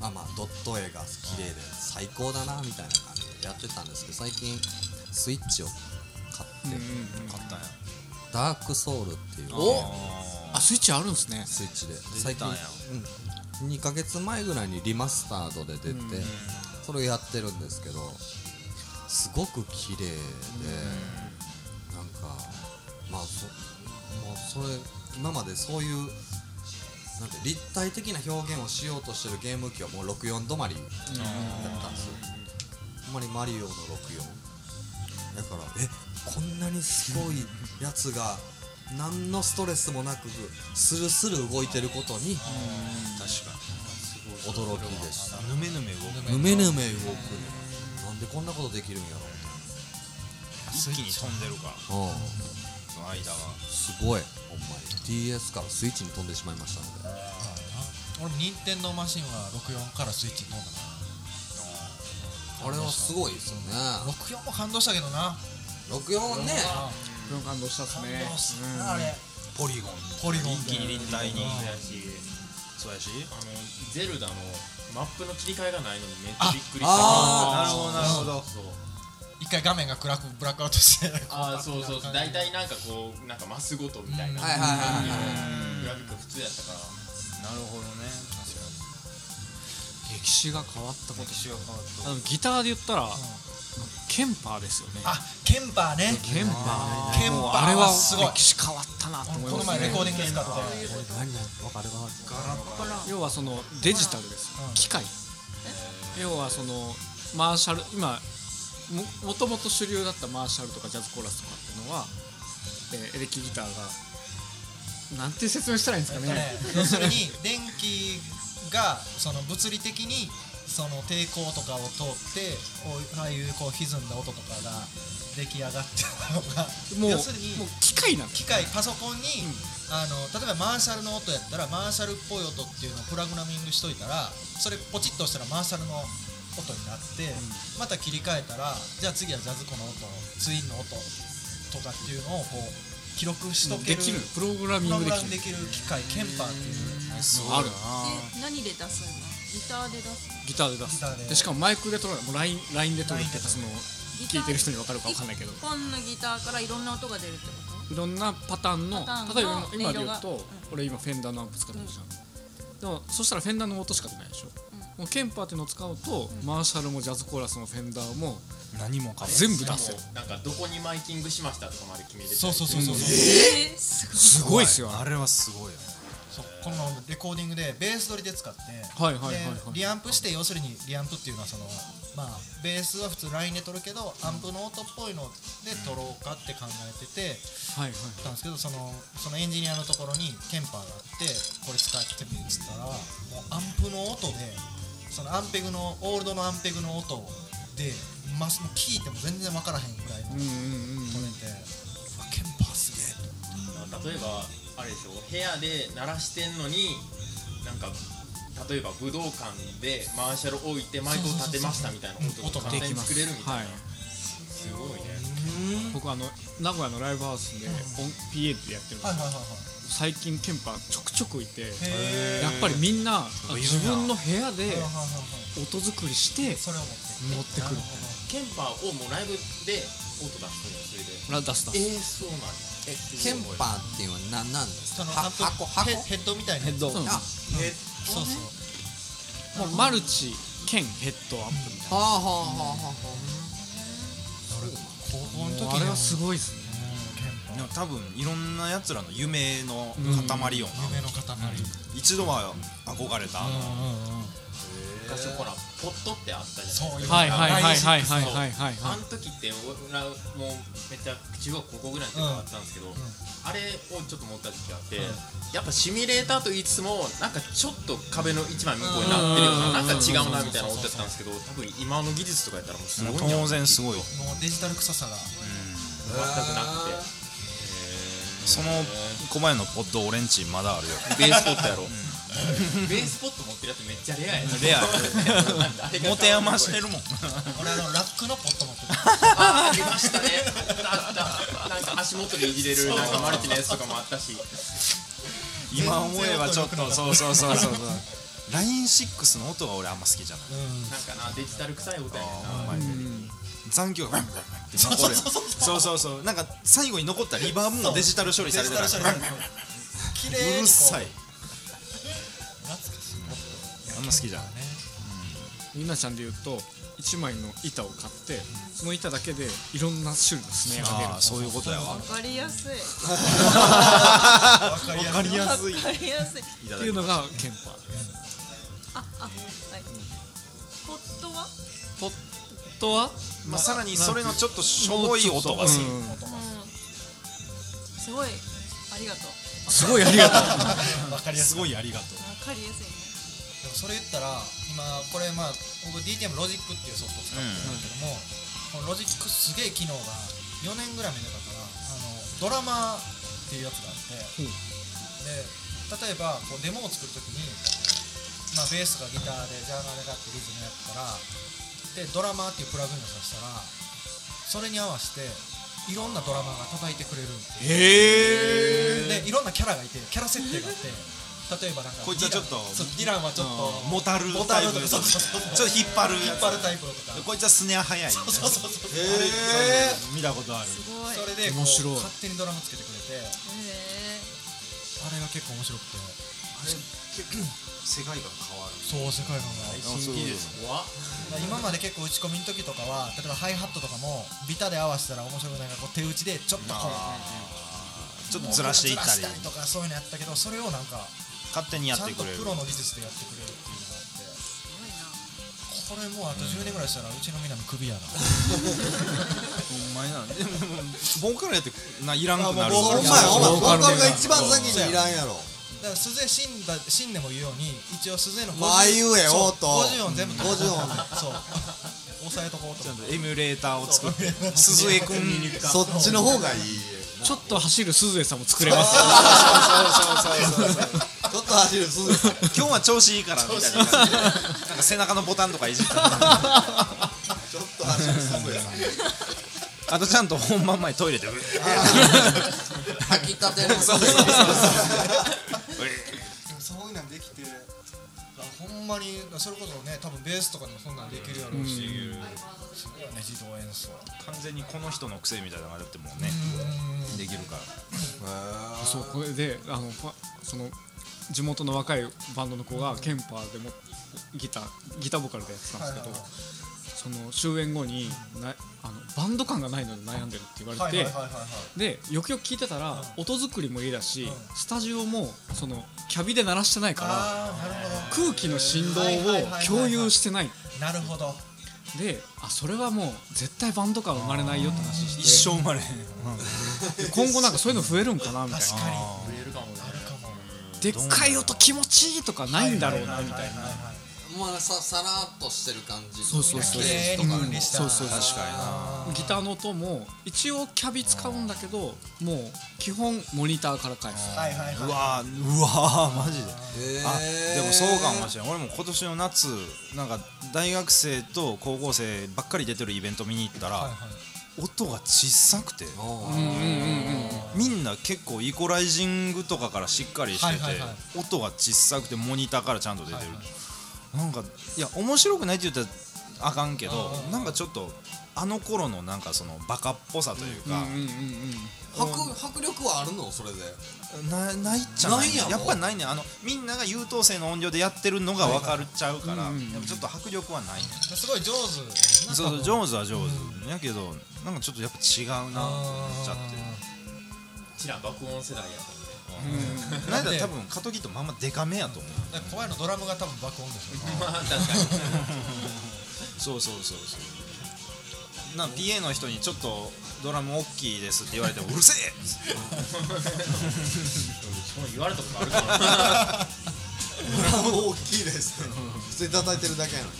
[SPEAKER 1] まあまあドット絵が綺麗で最高だなみたいな感じでやってたんですけど最近スイッチを買って、
[SPEAKER 2] 買ったんや
[SPEAKER 1] ダークソウルっていう
[SPEAKER 5] あスイッチあるんですね
[SPEAKER 1] スイッチで最近
[SPEAKER 2] 出たんや
[SPEAKER 1] うん、2ヶ月前ぐらいにリマスタードで出て、それをやってるんですけどすごく綺麗で、なんかまあそもうそれ今までそういうなんて立体的な表現をしようとしてるゲーム機はもう64止まりだったんですよ、ほんまにマリオの64だからえこんなにすごいやつが何のストレスもなくスルスル動いてることに
[SPEAKER 2] 確か
[SPEAKER 1] 驚きでした
[SPEAKER 2] にぬめぬめ動く
[SPEAKER 1] ぬめぬめ動くねなんでこんなことできるんや
[SPEAKER 2] 一気に飛んでるから
[SPEAKER 1] ろう
[SPEAKER 2] その間は
[SPEAKER 1] すごいほんまに DS からスイッチに飛んでしまいましたので
[SPEAKER 3] 俺任天堂マシンは64からスイッチに飛んだな
[SPEAKER 1] あれはすごいですよね
[SPEAKER 3] 64も感動したけどな
[SPEAKER 1] 64ね
[SPEAKER 5] これも感動したっすね
[SPEAKER 3] 感動したなあれ
[SPEAKER 2] ポリゴン
[SPEAKER 3] ポリゴン
[SPEAKER 2] 一気に立体に
[SPEAKER 3] うん
[SPEAKER 2] そうやし
[SPEAKER 4] あのゼルダのマップの切り替えがないのにめっちゃびっくりした
[SPEAKER 1] あ
[SPEAKER 2] なるほどなるほど
[SPEAKER 3] 一回画面が暗くブラックアウトしてなんか
[SPEAKER 4] ああそうそうそう大体なんかこうなんかマスごとみたいな
[SPEAKER 1] はいはいはいはい
[SPEAKER 4] グラフィック普通やったから
[SPEAKER 2] なるほどね
[SPEAKER 5] 歴史が変わったこと
[SPEAKER 2] 歴史が変わった
[SPEAKER 5] あのギターで言ったら、ケンパーですよね
[SPEAKER 3] あケンパーね
[SPEAKER 5] ケンパー
[SPEAKER 3] ケン
[SPEAKER 5] もう
[SPEAKER 3] パ
[SPEAKER 5] あれ
[SPEAKER 3] ーは
[SPEAKER 5] は
[SPEAKER 3] すごい
[SPEAKER 5] 歴史変わったなと思い
[SPEAKER 3] こ
[SPEAKER 5] ま
[SPEAKER 3] の前レ
[SPEAKER 5] すね
[SPEAKER 3] コーディングで使って
[SPEAKER 1] 何何わかるわ
[SPEAKER 5] 要はそのデジタルです
[SPEAKER 3] うん
[SPEAKER 5] 機械要はそのマーシャル今ももともと主流だったマーシャルとかジャズコーラスとかっていうのは、えーエレキギターがなんて説明したらいいんですかね
[SPEAKER 3] えっとね要するに電気がその物理的にその抵抗とかを通ってこうああいうこう歪んだ音とかが出来上がったのが
[SPEAKER 5] もう
[SPEAKER 3] 要するに
[SPEAKER 5] もう機械なんで
[SPEAKER 3] 機
[SPEAKER 5] す
[SPEAKER 3] 械パソコンに、あの例えばマーシャルの音やったらマーシャルっぽい音っていうのをプログラミングしといたらそれポチッと押したらマーシャルの音になって、また切り替えたらじゃあ次はジャズコの音ツインの音とかっていうのをこう記録しとけ
[SPEAKER 5] で
[SPEAKER 3] る
[SPEAKER 5] きるプログラミ
[SPEAKER 3] プロ
[SPEAKER 5] ン
[SPEAKER 3] グ
[SPEAKER 5] グ
[SPEAKER 3] ラ
[SPEAKER 5] でき
[SPEAKER 3] ム
[SPEAKER 5] る
[SPEAKER 3] できる機械ケンパーっていう
[SPEAKER 2] す
[SPEAKER 5] ある
[SPEAKER 6] で何で出すのギターで出すの
[SPEAKER 5] ギターで出
[SPEAKER 3] ギターです
[SPEAKER 5] でしかもマイクで撮るもうラインラインで撮るっていうかその
[SPEAKER 6] ギター
[SPEAKER 5] 聞いてる人に分かるか分かんないけど
[SPEAKER 6] 一本のギターからいろんな音が出るってこ
[SPEAKER 5] いろんなパターンの
[SPEAKER 6] パターンの
[SPEAKER 5] 例えば今今で言
[SPEAKER 6] 音
[SPEAKER 5] う
[SPEAKER 6] 色
[SPEAKER 5] と、
[SPEAKER 6] が
[SPEAKER 5] 俺今フェンダーのアンプ使ってるじゃん、でもそしたらフェンダーの音しか出ないでしょ、もうケンパーっていうのを使うと、マーシャルもジャズコーラスもフェンダーも
[SPEAKER 2] 何もかも
[SPEAKER 5] 全部出せる
[SPEAKER 4] でもなんかどこにマイキングしましたとかまで決めれて
[SPEAKER 3] そうそうそうそう、
[SPEAKER 6] とえー、すごい
[SPEAKER 5] すごいっすよあ
[SPEAKER 2] あ
[SPEAKER 5] れ
[SPEAKER 2] れはすごいよ
[SPEAKER 3] そうこのレコーディングでベース取りで使って、
[SPEAKER 5] はいはいはいはい
[SPEAKER 3] でリアンプして要するにリアンプっていうのはそのまあベースは普通ラインで取るけどアンプの音っぽいので取ろうかって考えてて
[SPEAKER 5] はいはい
[SPEAKER 3] たんですけどそのそのエンジニアのところにケンパーがあってこれ使ってみるっつったらもうアンプの音でそのアンペグのオールドのアンペグの音でまもう聞いても全然分からへんぐらいの
[SPEAKER 5] うんうんうん
[SPEAKER 3] 取れて、うわケンパーすげえと思って
[SPEAKER 4] 例えばあれでしょ部屋で鳴らしてんのになんか例えば武道館でマーシャル置いてマイクを立てましたみたいな
[SPEAKER 3] そうそ
[SPEAKER 4] 音
[SPEAKER 3] うそうそううん
[SPEAKER 4] が簡単に作れるみたいな、
[SPEAKER 5] はい
[SPEAKER 4] すごいね
[SPEAKER 5] 僕あの名古屋のライブハウスで、オン PA でやってるんですけど
[SPEAKER 3] はいはいはいはい
[SPEAKER 5] 最近ケンパーちょくちょくいて
[SPEAKER 3] へー
[SPEAKER 5] やっぱりみんな自分の部屋
[SPEAKER 3] はいはいはいは
[SPEAKER 5] で
[SPEAKER 3] い
[SPEAKER 5] 音作りして
[SPEAKER 3] それを持って
[SPEAKER 5] 持ってくる
[SPEAKER 4] ケンパーをもうライブで音出すのよそ
[SPEAKER 5] ラ出
[SPEAKER 4] れ
[SPEAKER 5] す出
[SPEAKER 4] でえー、
[SPEAKER 5] す
[SPEAKER 4] そうなんや
[SPEAKER 1] えケンパーっていうのは何なんです
[SPEAKER 3] そ
[SPEAKER 1] か
[SPEAKER 3] の
[SPEAKER 1] は
[SPEAKER 3] アンプ
[SPEAKER 1] 箱箱
[SPEAKER 3] ヘヘッドみたいなヘッド
[SPEAKER 5] うん
[SPEAKER 1] あ
[SPEAKER 3] そうそう
[SPEAKER 5] もうマルチ兼ヘッドアップみたいな
[SPEAKER 1] はあはあはあは
[SPEAKER 3] 高校の時
[SPEAKER 5] あれはすごいですね
[SPEAKER 3] うん
[SPEAKER 2] でも多分いろんなやつらの夢の塊よな、
[SPEAKER 3] 夢の塊
[SPEAKER 2] 一度は憧れた、
[SPEAKER 3] うんうんうん
[SPEAKER 4] 昔ほらポットってあったじゃないですか
[SPEAKER 5] はいはいはいはいはいはいはい
[SPEAKER 4] あ
[SPEAKER 5] はい
[SPEAKER 4] の時って俺らもうめっちゃ中学高校ぐらいの時からあったんですけど、あれをちょっと持った時期があって、やっぱシミュレーターと言いつつもなんかちょっと壁の一枚向こうになってるようなな
[SPEAKER 5] うん
[SPEAKER 4] んか違うなみたいな思ってたんですけど多分今の技術とかやったらもうすごいんや
[SPEAKER 2] 当然すごいよ
[SPEAKER 3] もうデジタル臭さが
[SPEAKER 4] 全くなくて
[SPEAKER 2] その小前のポッド俺んちまだあるよ
[SPEAKER 4] ベースポットやろ、ベースポット持ってるやつめっちゃレアや
[SPEAKER 2] レア
[SPEAKER 4] な
[SPEAKER 2] 持て余してる もん
[SPEAKER 3] 俺あのラックのポット持ってる
[SPEAKER 4] ありましたねあったなんか足元でいじれるなんかマルチのやつとかもあったし
[SPEAKER 2] 今思えばちょっとそうそうそうそうそう LINE6 の音が俺あんま好きじゃない
[SPEAKER 4] なんかなデジタル臭い歌やねんな
[SPEAKER 2] 残響がバンバンバンって残るそうそうそうなんか最後に残ったリバーブもデジタル処理されてたからう
[SPEAKER 3] 綺麗にこ
[SPEAKER 2] るさい
[SPEAKER 3] 懐かしい
[SPEAKER 2] あんま好きじゃない
[SPEAKER 5] ゆなちゃんで言うと1枚の板を買ってその板だけでいろんな種類のスネアが出る
[SPEAKER 2] ああそういうことやわ
[SPEAKER 6] わかりやすい。
[SPEAKER 3] わかりやすい
[SPEAKER 2] かりや
[SPEAKER 6] わ
[SPEAKER 2] すい
[SPEAKER 6] かりやすい。
[SPEAKER 2] いただ
[SPEAKER 5] って
[SPEAKER 2] き
[SPEAKER 5] いう
[SPEAKER 2] ま
[SPEAKER 5] の
[SPEAKER 2] す
[SPEAKER 5] がケンパ
[SPEAKER 6] あ、あ、はい。ポットは？
[SPEAKER 5] とは
[SPEAKER 2] まあさらにそれのちょっとしょぼい音がする
[SPEAKER 5] うん
[SPEAKER 6] うん。すごい。ありがとう。
[SPEAKER 5] すごいありがとう
[SPEAKER 3] わかりやすい
[SPEAKER 2] すごいありがと
[SPEAKER 6] わかりやすいね。
[SPEAKER 3] でもそれ言ったら今これまあ僕 DTM ロジックっていうソフトを使ってるんだけども、このロジックすげえ機能が4年ぐらい前だったからあのドラマっていうやつがあって、
[SPEAKER 5] うん
[SPEAKER 3] で例えばこうデモを作るときに、まあ、ベースがギターでジャーナルがあってリズムやったらでドラマーっていうプラグインをさせたらそれに合わせていろんなドラマーが叩いてくれるんで
[SPEAKER 5] へえ
[SPEAKER 3] でいろんなキャラがいてキャラ設定があって例えばなんか
[SPEAKER 2] こいつはちょっと
[SPEAKER 3] ディランそうディランはちょっと
[SPEAKER 2] モタル
[SPEAKER 3] ボ
[SPEAKER 2] タ
[SPEAKER 3] タ
[SPEAKER 2] イ
[SPEAKER 3] ル
[SPEAKER 2] プ
[SPEAKER 3] と
[SPEAKER 2] ちょ
[SPEAKER 3] かそ
[SPEAKER 2] っ
[SPEAKER 3] うそうそう
[SPEAKER 2] と引っ張る
[SPEAKER 3] 引
[SPEAKER 2] や
[SPEAKER 3] っ
[SPEAKER 2] つ
[SPEAKER 3] 張るタイプのとか
[SPEAKER 2] こいつはスネア早い
[SPEAKER 3] そうそうそうそう、
[SPEAKER 2] へー見たことある
[SPEAKER 6] すごい。
[SPEAKER 3] それでこう
[SPEAKER 5] 面白い
[SPEAKER 3] 勝手にドラマつけてくれてあ
[SPEAKER 6] へえ。
[SPEAKER 3] れが結構面白くて
[SPEAKER 2] 世界が変わる
[SPEAKER 3] そう世界観が
[SPEAKER 4] 新技術怖っ
[SPEAKER 3] 今まで結構打ち込みの時とかは例えばハイハットとかもビタで合わせたら面白くないからこう手打ちでちょっとこう
[SPEAKER 2] ちょっとずらしていった
[SPEAKER 3] ずら
[SPEAKER 2] り
[SPEAKER 3] とかそういうのやったけどそれをなんか
[SPEAKER 2] 勝手に
[SPEAKER 3] ち
[SPEAKER 2] やっ
[SPEAKER 3] ゃ
[SPEAKER 2] て
[SPEAKER 3] んと
[SPEAKER 2] くれる
[SPEAKER 3] プロの技術でやってくれるっていうのがあって
[SPEAKER 6] すごいな。
[SPEAKER 3] これもうあと10年ぐらいしたらうちのみんなの首やな
[SPEAKER 2] ほんまになでもボーカルやってないらんくなる
[SPEAKER 1] お前お前ボーカルが一番先にいらんやろ
[SPEAKER 3] だから鈴江死んだ死んでも言うように一応鈴江の50
[SPEAKER 1] まああいうえ
[SPEAKER 3] そ
[SPEAKER 1] お
[SPEAKER 3] う
[SPEAKER 1] うと
[SPEAKER 3] 50音全部取る
[SPEAKER 1] 50音
[SPEAKER 3] そう 抑えとこうと思って
[SPEAKER 2] エミュレーターを作って鈴江君に
[SPEAKER 1] そっちの方がいい
[SPEAKER 5] ちょっと走る鈴江さんも作れますよ
[SPEAKER 1] ちょっと走る鈴木
[SPEAKER 2] 今日は調子いいからみたいな感じでなんか背中のボタンとかいじって
[SPEAKER 1] ちょっと走る鈴木さん
[SPEAKER 2] あとちゃんと本番前トイレでうえ
[SPEAKER 1] 炊きたての
[SPEAKER 2] そうそうそううえ
[SPEAKER 3] でもそういうのできてだからほんまにそれこそね多分ベースとかでもそんなんできるやろうし、すごいよね自動演奏
[SPEAKER 2] 完全にこの人の癖みたいなのがあってもうねできるから
[SPEAKER 5] そうこれであのファその地元の若いバンドの子がケンパーでもギターギターボーカルでやってたんですけど、
[SPEAKER 3] はいはいはい
[SPEAKER 5] その終演後になあのバンド感がないので悩んでるって言われて、
[SPEAKER 3] はいはいはいはい
[SPEAKER 5] でよくよく聞いてたら、音作りもいいだし、
[SPEAKER 3] ん
[SPEAKER 5] スタジオもそのキャビで鳴らしてないから
[SPEAKER 3] ああなるほ
[SPEAKER 5] 空気の振動を共有してない
[SPEAKER 3] どなるほど
[SPEAKER 5] であそれはもう絶対バンド感生まれないよって話
[SPEAKER 2] 一
[SPEAKER 5] して
[SPEAKER 2] 生生まれへん
[SPEAKER 5] 今後なんかそういうの増えるんかなみたい
[SPEAKER 3] 確
[SPEAKER 5] な
[SPEAKER 3] かに
[SPEAKER 5] でっかい音気持ちいいとかないんだろうなみたいな。
[SPEAKER 1] まあささらっとしてる感じ
[SPEAKER 5] そうそうそう
[SPEAKER 3] 綺麗に分離した
[SPEAKER 5] そうそうそう
[SPEAKER 2] 確かにな
[SPEAKER 5] ギターの音も一応キャビ使うんだけどもう基本モニターから返す
[SPEAKER 3] はいはいはいう
[SPEAKER 2] わーうわーマジで
[SPEAKER 1] へー
[SPEAKER 2] あでもそうかもしれない俺も今年の夏なんか大学生と高校生ばっかり出てるイベント見に行ったら、
[SPEAKER 3] はいはい
[SPEAKER 2] 音が小さくて
[SPEAKER 1] おう
[SPEAKER 5] うんうんうん
[SPEAKER 2] みんな結構イコライジングとかからしっかりしてて、
[SPEAKER 3] はいはいはい
[SPEAKER 2] 音が小さくてモニターからちゃんと出てる、なんかいや面白くないって言ったらあかんけどなんかちょっとあの頃のなんかそのバカっぽさというか、
[SPEAKER 5] うんうんうんうん
[SPEAKER 1] 迫迫力はあるのそれで
[SPEAKER 2] なないっちゃない
[SPEAKER 1] ないやろ
[SPEAKER 2] っぱないねあのみんなが優等生の音量でやってるのが分かるっちゃうから、
[SPEAKER 5] はいはい
[SPEAKER 2] やっぱちょっと迫力はないね、
[SPEAKER 3] すごい上手なん
[SPEAKER 2] そうそう
[SPEAKER 3] か
[SPEAKER 2] 上手は上手、やけどなんかちょっとやっぱ違うなって思っちゃっ
[SPEAKER 3] あ
[SPEAKER 2] て
[SPEAKER 4] うちら爆音世代やったんで
[SPEAKER 2] なんだ多分カトギとまんまデカめやと思う
[SPEAKER 3] だから怖いのドラムが多分爆音でしょ
[SPEAKER 4] まあ確かに
[SPEAKER 2] そうそうそうそうなん PA の人にちょっとドラム大きいですって言われてもうるせえっつって
[SPEAKER 4] 言われたことあるから
[SPEAKER 1] ラム大きいですね普通に叩いてるだけやのに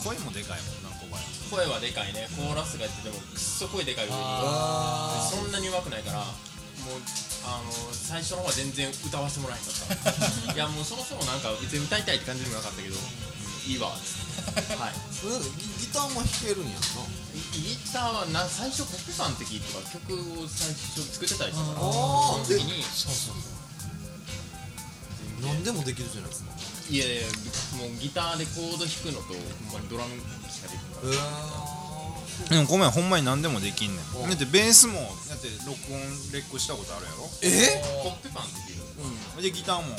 [SPEAKER 2] 声もでかいもんな小林
[SPEAKER 4] 声はでかいねコーラスが言っててもくっそ声でかい上に
[SPEAKER 1] あ
[SPEAKER 4] そんなに上手くないからもうあの最初の方は全然歌わせてもらえへんかったいやもうそもそもなんか別に歌いたいって感じでもなかったけど、いいわっつってはい
[SPEAKER 1] それだってギギターも弾けるんやんな
[SPEAKER 4] ギターはな最初コッペさんの時とか曲を最初作ってたりしたから
[SPEAKER 1] あ
[SPEAKER 4] その
[SPEAKER 1] ー
[SPEAKER 4] 時に
[SPEAKER 3] そうそうそう
[SPEAKER 1] 何でもできるじゃないですか
[SPEAKER 4] いやいやもうギターでコード弾くのとほんまにドラムしかできない
[SPEAKER 1] へえ
[SPEAKER 2] でもごめんほんまに何でもできんね
[SPEAKER 1] うん
[SPEAKER 2] んだってベースもだって録音レックしたことあるやろ
[SPEAKER 1] え
[SPEAKER 4] コッペパンできる
[SPEAKER 2] でギターも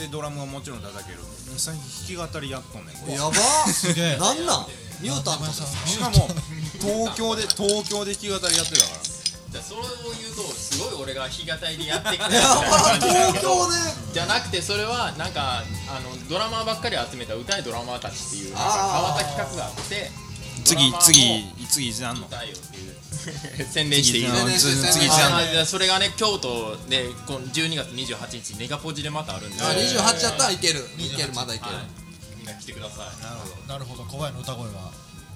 [SPEAKER 2] でドラムはもちろん叩ける最近弾き語りやっとんねんこれ
[SPEAKER 1] やば
[SPEAKER 3] すげえ
[SPEAKER 1] なんなんミュータントですか
[SPEAKER 2] しかも東京で東京で弾き語りやってたから
[SPEAKER 4] じゃあそれを言うとすごい俺が日がたいでやってきたみたい
[SPEAKER 1] や
[SPEAKER 4] な
[SPEAKER 1] ば
[SPEAKER 4] 感じになる
[SPEAKER 1] 東京で
[SPEAKER 4] じゃなくてそれはなんかあのドラマーばっかり集めた歌いドラマーたちっていうなんか
[SPEAKER 1] あー
[SPEAKER 4] 変わった企画があって
[SPEAKER 2] 次次
[SPEAKER 4] 次
[SPEAKER 2] 次いつなんの
[SPEAKER 4] 歌いよっていう 宣伝していい
[SPEAKER 2] 次
[SPEAKER 4] の
[SPEAKER 1] ね
[SPEAKER 2] 次次いつやんの
[SPEAKER 4] あーじゃあそれがね京都でこの12月28日ネガポジでまたあるんで
[SPEAKER 1] あ28やったらいけるいけるまだいける
[SPEAKER 4] はいみんな来てください
[SPEAKER 3] なるほどなるほど怖いの歌声が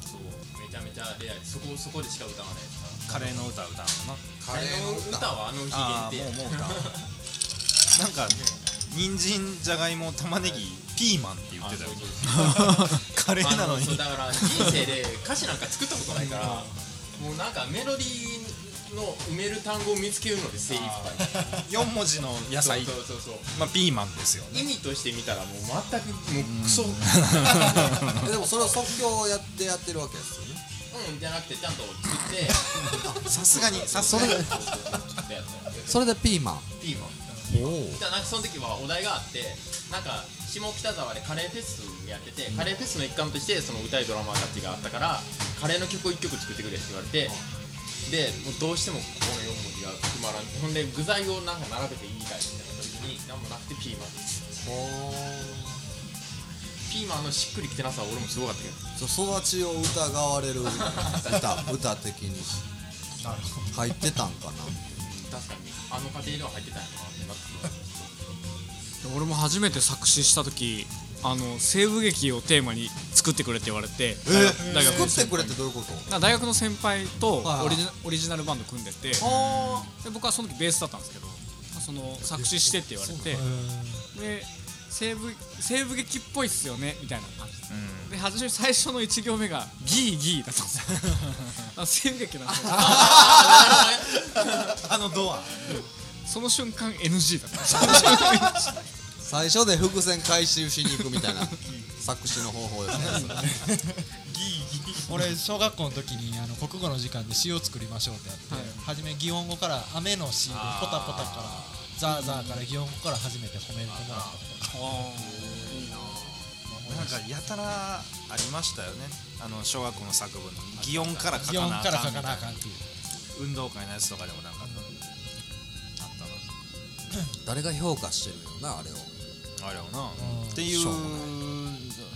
[SPEAKER 4] そうめちゃめちゃレアでそこそこでしか歌わないですから
[SPEAKER 2] カレーの歌歌うのな
[SPEAKER 1] カレ
[SPEAKER 4] あ
[SPEAKER 1] ーの
[SPEAKER 4] の
[SPEAKER 1] 歌
[SPEAKER 4] 歌はあの
[SPEAKER 2] ああ
[SPEAKER 4] 日
[SPEAKER 2] もう
[SPEAKER 4] 限定
[SPEAKER 2] もう歌うなんか人参じゃがいも玉ねぎピーマンって言って たよ
[SPEAKER 4] あそうそう
[SPEAKER 2] カレーな のに
[SPEAKER 4] あそうだから人生で歌詞なんか作ったことないからもうなんかメロディーの埋める単語を見つけるので精一杯
[SPEAKER 2] 4文字の野菜
[SPEAKER 4] そうそうそうそう
[SPEAKER 2] まあピーマンですよ
[SPEAKER 4] 意味として見たらもう全くもうクソうん
[SPEAKER 1] えでもそれを即興をやってやってるわけですよね
[SPEAKER 4] じゃなくてちゃんと作って
[SPEAKER 2] さすがにさすがに
[SPEAKER 4] そうそうそう作ったやつなん で
[SPEAKER 1] それでピーマン
[SPEAKER 4] ピーマン
[SPEAKER 1] おお
[SPEAKER 4] じゃあなんかその時はお題があってなんか下北沢でカレーフェスやってて、カレーフェスの一環としてその歌いドラマーたちがあったからカレーの曲を1曲作ってくれって言われて、でもうどうしてもこの4文字が決まらんほんで具材をなんか並べて言いたいみたいな時に何もなくてピーマンですピーマンのしっくりきてなさは俺もすごかったけど
[SPEAKER 1] そう育ちを疑われる歌歌的に
[SPEAKER 3] なるほど
[SPEAKER 1] 入ってたんかな
[SPEAKER 4] 確かにあの家庭では入ってたんやなってなって
[SPEAKER 5] 俺も初めて作詞した時あの西部劇をテーマに作ってくれって言われて
[SPEAKER 1] え
[SPEAKER 5] 大
[SPEAKER 1] 作っ
[SPEAKER 5] 学の
[SPEAKER 1] て
[SPEAKER 5] 先輩
[SPEAKER 1] くれってどういうこと
[SPEAKER 5] なんか大学の先輩と
[SPEAKER 1] はいはい
[SPEAKER 5] オリジナオリジナルバンド組んでてで
[SPEAKER 1] あ
[SPEAKER 5] 僕はその時ベースだったんですけどその作詞してって言われてで西部西部劇っぽいっすよねみたいな感じで初め最初の1行目が「ギーギー」だったんですよ あ西部劇なんですよ
[SPEAKER 2] あのドア
[SPEAKER 5] その瞬間 NG だったんですよ
[SPEAKER 1] 最初で伏線回収しに行くみたいな作詞の方法ですね
[SPEAKER 3] 俺小学校の時にあの国語の時間で詩を作りましょうってやって、
[SPEAKER 5] はい
[SPEAKER 3] 初め擬音語から雨の詩でポタポタからザーザーから擬音語から初めて褒めてもらったことか
[SPEAKER 2] なんかやたらありましたよねあの小学校の作文の擬音から書
[SPEAKER 3] 擬
[SPEAKER 2] か
[SPEAKER 3] 音
[SPEAKER 2] なあ
[SPEAKER 3] から
[SPEAKER 2] か
[SPEAKER 3] 書
[SPEAKER 2] んみたい
[SPEAKER 3] かな
[SPEAKER 2] な
[SPEAKER 3] あかんっていう
[SPEAKER 2] 運動会のやつとかでもなんかあったな
[SPEAKER 1] 誰が評価してるよなあれを
[SPEAKER 2] あれをな
[SPEAKER 3] うん
[SPEAKER 2] っていう
[SPEAKER 1] しょうも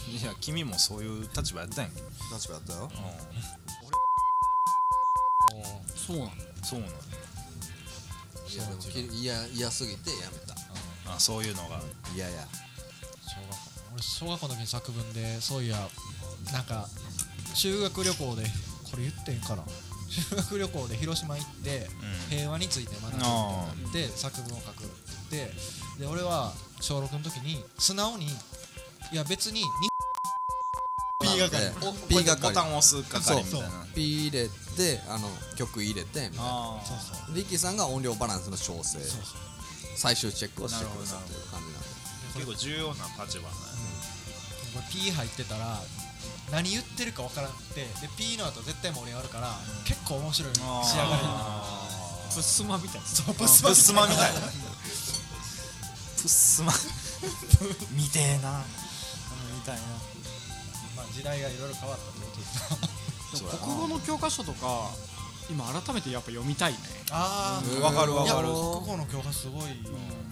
[SPEAKER 2] いや君もそういう立場やったんやん
[SPEAKER 1] 確かやったよ
[SPEAKER 5] そうなんだ
[SPEAKER 2] そうなの
[SPEAKER 1] いやでもきいや嫌すぎてやめた
[SPEAKER 2] あそういうのが
[SPEAKER 1] いやいや
[SPEAKER 3] 小学校俺小学校の時に作文でそういやなんか修学旅行でこれ言ってんかな修学旅行で広島行って、
[SPEAKER 2] うん
[SPEAKER 3] 平和について学ぶみたいなので作文を書くって言ってで俺は小6の時に素直にいや別に P
[SPEAKER 1] なんで
[SPEAKER 3] 係
[SPEAKER 1] お P
[SPEAKER 2] ボタンボ
[SPEAKER 1] 係
[SPEAKER 2] タンを押す係みたいな
[SPEAKER 3] そ
[SPEAKER 1] P 入れてあの曲入れてみたいな
[SPEAKER 2] あ
[SPEAKER 3] そうそう
[SPEAKER 1] リッキーさんが音量バランスの調整
[SPEAKER 3] そう
[SPEAKER 1] 最終チェックをしてくださっていう感じなんで
[SPEAKER 2] ー結構重要な立場なんや
[SPEAKER 3] これ P 入ってたら何言ってるか分からなくてで P の後絶対盛り上がるから、結構面白い仕上がりになる
[SPEAKER 5] プッスマみたいな
[SPEAKER 3] そうブ
[SPEAKER 2] プ
[SPEAKER 3] スバ
[SPEAKER 2] スマみたいなプスマみてえなみたいな
[SPEAKER 3] まあ時代がいろいろ変わったってことです
[SPEAKER 5] でも国語の教科書とか今改めてやっぱ読みたいね
[SPEAKER 3] あ
[SPEAKER 2] うんわかる
[SPEAKER 3] あ
[SPEAKER 2] わ
[SPEAKER 3] いや
[SPEAKER 2] か
[SPEAKER 3] 国
[SPEAKER 2] る
[SPEAKER 3] 語の教科すごい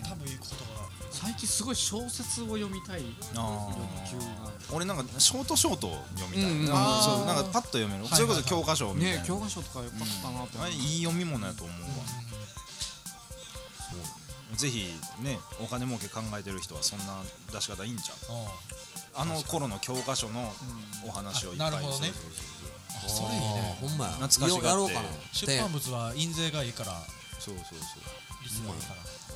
[SPEAKER 3] 多分いいこと
[SPEAKER 5] 最近すごい小説を読みたい
[SPEAKER 2] あ
[SPEAKER 5] 欲求が
[SPEAKER 2] ー俺なんかショートショート読みたい、
[SPEAKER 5] うんうん
[SPEAKER 2] なんかそう
[SPEAKER 3] あー
[SPEAKER 2] なんかパッと読める、
[SPEAKER 3] はい
[SPEAKER 2] それこそ教科書みたいな、
[SPEAKER 5] ね教科書とかよかったなって
[SPEAKER 2] あ
[SPEAKER 5] 思う
[SPEAKER 2] れいい読み物やと思うわ、ぜひねお金儲け考えてる人はそんな出し方いいんじゃん
[SPEAKER 3] が
[SPEAKER 2] あの頃の教科書のお話をいっぱい
[SPEAKER 3] あなるほどね
[SPEAKER 2] そうそう
[SPEAKER 1] あそれいいねほんまや
[SPEAKER 2] 懐かしがって
[SPEAKER 1] やろうかな
[SPEAKER 3] 出
[SPEAKER 1] で
[SPEAKER 3] 版物は印税がいいから
[SPEAKER 2] そうそうそう
[SPEAKER 3] 率がいいか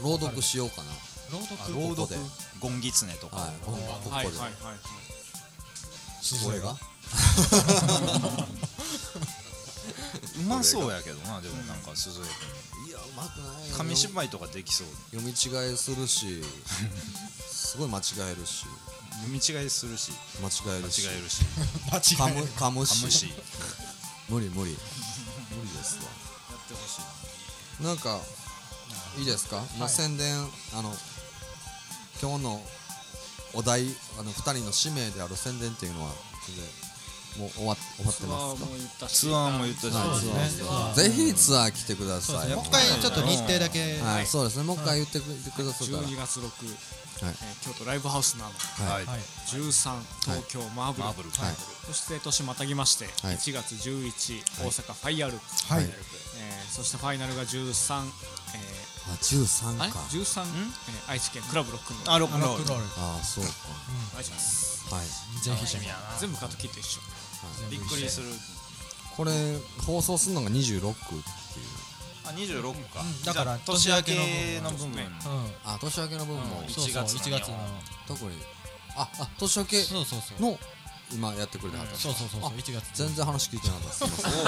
[SPEAKER 3] ら
[SPEAKER 1] 朗読しようかな
[SPEAKER 3] 朗読
[SPEAKER 1] 朗読
[SPEAKER 3] ここで
[SPEAKER 2] ゴンギツネとか、
[SPEAKER 1] はいここ
[SPEAKER 5] はい
[SPEAKER 1] で
[SPEAKER 5] はいはい
[SPEAKER 1] これが
[SPEAKER 2] うまそうやけどなでもなんか鈴江
[SPEAKER 1] いやうまくない
[SPEAKER 2] 君紙芝居とかできそう
[SPEAKER 1] 読み違えする しすごい間違えるし
[SPEAKER 2] 読み違いするし
[SPEAKER 1] 間違え
[SPEAKER 2] 間
[SPEAKER 1] るし
[SPEAKER 2] 違えるし
[SPEAKER 3] 間
[SPEAKER 1] か
[SPEAKER 3] 違え
[SPEAKER 1] むかむ
[SPEAKER 2] 噛むし
[SPEAKER 1] し
[SPEAKER 2] やっ
[SPEAKER 1] 無理無理無理ですわ
[SPEAKER 2] てほしい
[SPEAKER 1] なんかいいですか、もう宣伝あの今日のお題あの2人の使命である宣伝っていうのはもう終わ終わって
[SPEAKER 5] ツア
[SPEAKER 1] ま
[SPEAKER 5] ー
[SPEAKER 1] すか
[SPEAKER 5] も言ったし
[SPEAKER 2] ツアーも言ったし、
[SPEAKER 1] はい
[SPEAKER 2] そう
[SPEAKER 1] ツアーぜひツアー来てくだ
[SPEAKER 3] そう
[SPEAKER 1] さ
[SPEAKER 3] です
[SPEAKER 1] い
[SPEAKER 3] ねもう一回ちょっと日程だけ
[SPEAKER 1] はい、
[SPEAKER 5] はい
[SPEAKER 1] そうですねもう一回言ってく,、てくださったら
[SPEAKER 5] 12月6、え
[SPEAKER 1] はい
[SPEAKER 5] ー京都ライブハウスなど
[SPEAKER 1] は
[SPEAKER 2] はいい、
[SPEAKER 3] はい
[SPEAKER 5] 13東京マーブル,、
[SPEAKER 2] マーブル、
[SPEAKER 1] はい
[SPEAKER 5] そして年またぎまして、
[SPEAKER 1] はい
[SPEAKER 5] 1月11、大阪ファイアル、
[SPEAKER 1] はい、
[SPEAKER 3] はい
[SPEAKER 5] えーそしてファイナルが13、
[SPEAKER 1] あ13
[SPEAKER 5] えー、あれ
[SPEAKER 1] か
[SPEAKER 5] ?13、えー愛知県クラブロックンロー
[SPEAKER 2] あロック
[SPEAKER 3] ロ
[SPEAKER 2] ンロ
[SPEAKER 3] ックン
[SPEAKER 2] ー
[SPEAKER 3] ロール
[SPEAKER 1] ああそうか
[SPEAKER 5] ルお願いします
[SPEAKER 1] はい
[SPEAKER 3] ぜひ
[SPEAKER 5] 全部カット切って一緒
[SPEAKER 2] びっくりする
[SPEAKER 1] これ放送するのが26
[SPEAKER 2] あ26か、
[SPEAKER 3] だから
[SPEAKER 2] 年明けの部分、
[SPEAKER 5] ね
[SPEAKER 3] うん
[SPEAKER 1] あ年明けの分も、
[SPEAKER 2] うん
[SPEAKER 3] そうそう
[SPEAKER 2] 1
[SPEAKER 3] 1
[SPEAKER 2] 月
[SPEAKER 3] 月の
[SPEAKER 1] 特にああ年明け
[SPEAKER 3] そうそうそう
[SPEAKER 1] の今やってくれてはった、
[SPEAKER 3] そうそうそうそう1月
[SPEAKER 1] 全然話聞いてなかったです
[SPEAKER 2] おーお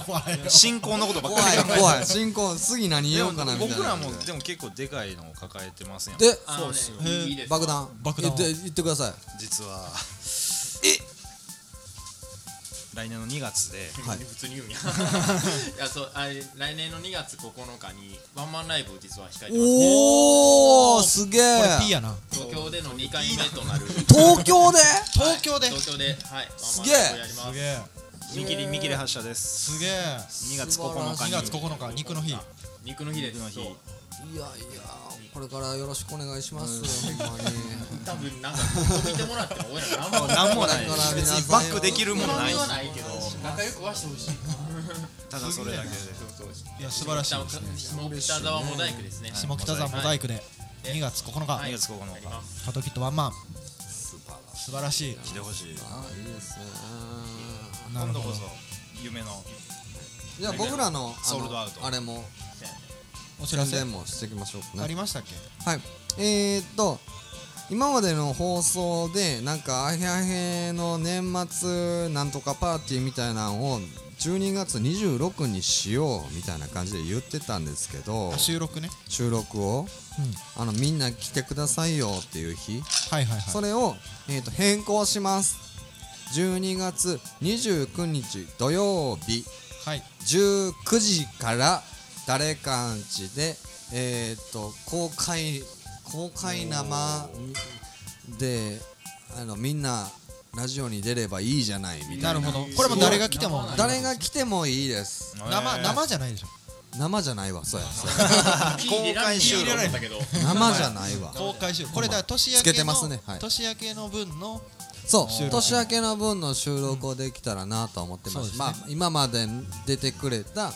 [SPEAKER 2] ー
[SPEAKER 3] 怖い
[SPEAKER 2] 進行のことばっ
[SPEAKER 1] 怖
[SPEAKER 2] かり
[SPEAKER 1] い
[SPEAKER 2] 考えて
[SPEAKER 1] 怖い新婚次何
[SPEAKER 2] で
[SPEAKER 1] 言おう
[SPEAKER 2] も
[SPEAKER 1] かなみたいな
[SPEAKER 2] 僕らもでも結構でかいのを抱えてますやん
[SPEAKER 1] で
[SPEAKER 4] あのね
[SPEAKER 5] そう
[SPEAKER 3] ですよ
[SPEAKER 4] いいですか
[SPEAKER 1] 爆弾
[SPEAKER 3] 爆弾を
[SPEAKER 1] 言って言ってください
[SPEAKER 2] 実はえ来年の2月で
[SPEAKER 1] はい
[SPEAKER 4] 普通に言うんや いやそうあれ来年の2月9日にワンマンライブを実は控えてます
[SPEAKER 1] おーすげえ
[SPEAKER 3] これ P やな
[SPEAKER 4] 東京での2回目となる
[SPEAKER 1] 東京で
[SPEAKER 3] 東京で
[SPEAKER 4] 東京ではい
[SPEAKER 1] す
[SPEAKER 4] す
[SPEAKER 1] げえ
[SPEAKER 4] やります
[SPEAKER 3] すげえ
[SPEAKER 2] 見切り見切り発車です
[SPEAKER 3] すげえ
[SPEAKER 2] 2月9日
[SPEAKER 3] 2
[SPEAKER 2] に
[SPEAKER 3] 月9日肉の日
[SPEAKER 4] 肉の日です
[SPEAKER 2] 肉の日
[SPEAKER 4] そう
[SPEAKER 1] いやいやこれからよろしくお願いしますほんまに
[SPEAKER 4] 多分なんかここ見てもらっても俺ら何も
[SPEAKER 2] 何もない
[SPEAKER 1] だから皆
[SPEAKER 2] 別
[SPEAKER 1] さん
[SPEAKER 2] にバックできるもんない
[SPEAKER 4] 何もないけど仲良くはしてほしい
[SPEAKER 2] ただそれだけで
[SPEAKER 3] いや素晴らしいですね
[SPEAKER 4] 下北沢モザイクですね
[SPEAKER 3] 下北沢モザイクで
[SPEAKER 4] い
[SPEAKER 3] 2月9日
[SPEAKER 4] はい
[SPEAKER 2] 2月9
[SPEAKER 4] やりま
[SPEAKER 2] 日
[SPEAKER 4] す
[SPEAKER 3] ハトキットワンマン素晴らしい
[SPEAKER 2] 来てほしい
[SPEAKER 1] あいいですね
[SPEAKER 3] なる
[SPEAKER 2] 今度
[SPEAKER 3] ほ
[SPEAKER 2] こ
[SPEAKER 3] ど
[SPEAKER 2] そ夢の
[SPEAKER 1] じゃあ僕らのあ
[SPEAKER 2] ソールドアウ
[SPEAKER 1] の
[SPEAKER 2] ト
[SPEAKER 1] あれも
[SPEAKER 3] お知ら
[SPEAKER 1] 宣
[SPEAKER 3] せ
[SPEAKER 1] 伝もしていきましょうか
[SPEAKER 3] あ
[SPEAKER 1] ね
[SPEAKER 3] りましたっけ
[SPEAKER 1] はいえー、っと今までの放送でなんかアヘアヘの年末なんとかパーティーみたいなのを12月26にしようみたいな感じで言ってたんですけど
[SPEAKER 3] あ収録ね
[SPEAKER 1] 収録を、
[SPEAKER 3] う
[SPEAKER 1] あのみんな来てくださいよっていう日、
[SPEAKER 3] はいはいは
[SPEAKER 1] それを、えー、と変更します12月29日土曜日
[SPEAKER 3] いはい
[SPEAKER 1] 19時から誰かんちで、えー、と公開公開生であのみんなラジオに出ればいいじゃないみた
[SPEAKER 3] ない
[SPEAKER 1] な
[SPEAKER 3] るほどこれも誰が来ても
[SPEAKER 1] 誰が来てもいいです
[SPEAKER 3] 生生じゃないでしょ
[SPEAKER 1] 生じゃないわそうやそうや
[SPEAKER 4] 公開収録だけど
[SPEAKER 1] 生じゃないわ
[SPEAKER 3] 公開収録これだから年明
[SPEAKER 1] つけて
[SPEAKER 3] けの
[SPEAKER 1] ますねはい
[SPEAKER 3] 年明けの分の
[SPEAKER 1] そう
[SPEAKER 3] 録
[SPEAKER 1] 年明けの分の収録をできたらなとは思ってます、
[SPEAKER 3] そうですね
[SPEAKER 1] まあ今まで出てくれた、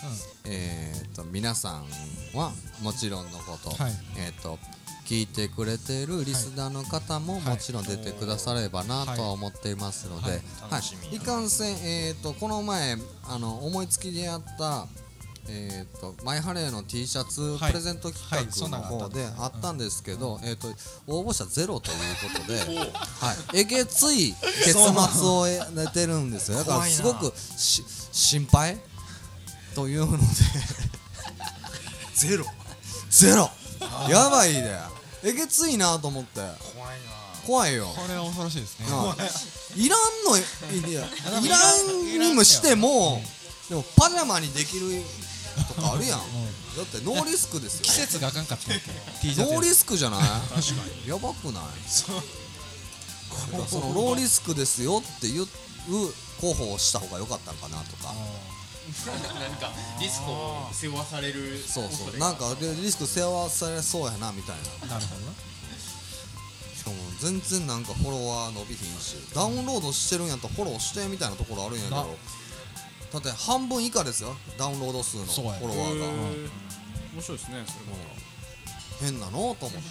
[SPEAKER 1] えー、と皆さんはもちろんのこと、
[SPEAKER 3] はい
[SPEAKER 1] えー、と聞いてくれてるリスナーの方ももちろん出てくださればなとは思っていますので、はい
[SPEAKER 3] は
[SPEAKER 1] い
[SPEAKER 2] 楽しみ
[SPEAKER 1] いかんせん、えー、とこの前あの思いつきでやったえー、とマイハレーの T シャツ
[SPEAKER 3] はい
[SPEAKER 1] プレゼント
[SPEAKER 3] は
[SPEAKER 1] 企
[SPEAKER 3] いそ
[SPEAKER 1] 画
[SPEAKER 3] んな
[SPEAKER 1] の
[SPEAKER 3] のあ
[SPEAKER 1] 方
[SPEAKER 3] ったんで
[SPEAKER 1] です
[SPEAKER 3] ね
[SPEAKER 1] あったんですけど、えー、と応募者ゼロということで、はい、えげつい結末を得てるんですよだから
[SPEAKER 2] 怖いな
[SPEAKER 1] すごくし心配というので
[SPEAKER 2] ゼロ
[SPEAKER 1] ゼロやばいでえげついなと思って
[SPEAKER 2] 怖い
[SPEAKER 1] 怖いよ
[SPEAKER 3] これは恐ろしいですね
[SPEAKER 1] ないらんのいいやいらんにもしてもでもパジャマにできるとかあるやんだってノーリスクです
[SPEAKER 3] 季
[SPEAKER 1] よ
[SPEAKER 3] 節があかんかったんや けど T シャ
[SPEAKER 1] ノ
[SPEAKER 3] ツや
[SPEAKER 1] ー
[SPEAKER 3] つ
[SPEAKER 1] リスクじゃない確かにやばくないだからそのローリスクですよっていう候補をした方が良かったんかなとか
[SPEAKER 3] あ
[SPEAKER 4] なんかリスクを背負わされる
[SPEAKER 1] そう
[SPEAKER 4] こ
[SPEAKER 1] そ
[SPEAKER 4] と
[SPEAKER 1] う
[SPEAKER 4] で
[SPEAKER 1] なんかでリスク背負わされそうやなみたいな
[SPEAKER 3] なるほどな
[SPEAKER 1] しかも全然なんかフォロワー伸びひんしダウンロードしてるんやったらフォローしてみたいなところあるんやけど
[SPEAKER 3] な
[SPEAKER 1] だって半分以下ですよダウンロード数のフ
[SPEAKER 3] そう
[SPEAKER 1] ォ
[SPEAKER 3] や
[SPEAKER 1] ロワーが
[SPEAKER 5] 面白いですねそれ
[SPEAKER 1] 変
[SPEAKER 5] も
[SPEAKER 1] なのと思って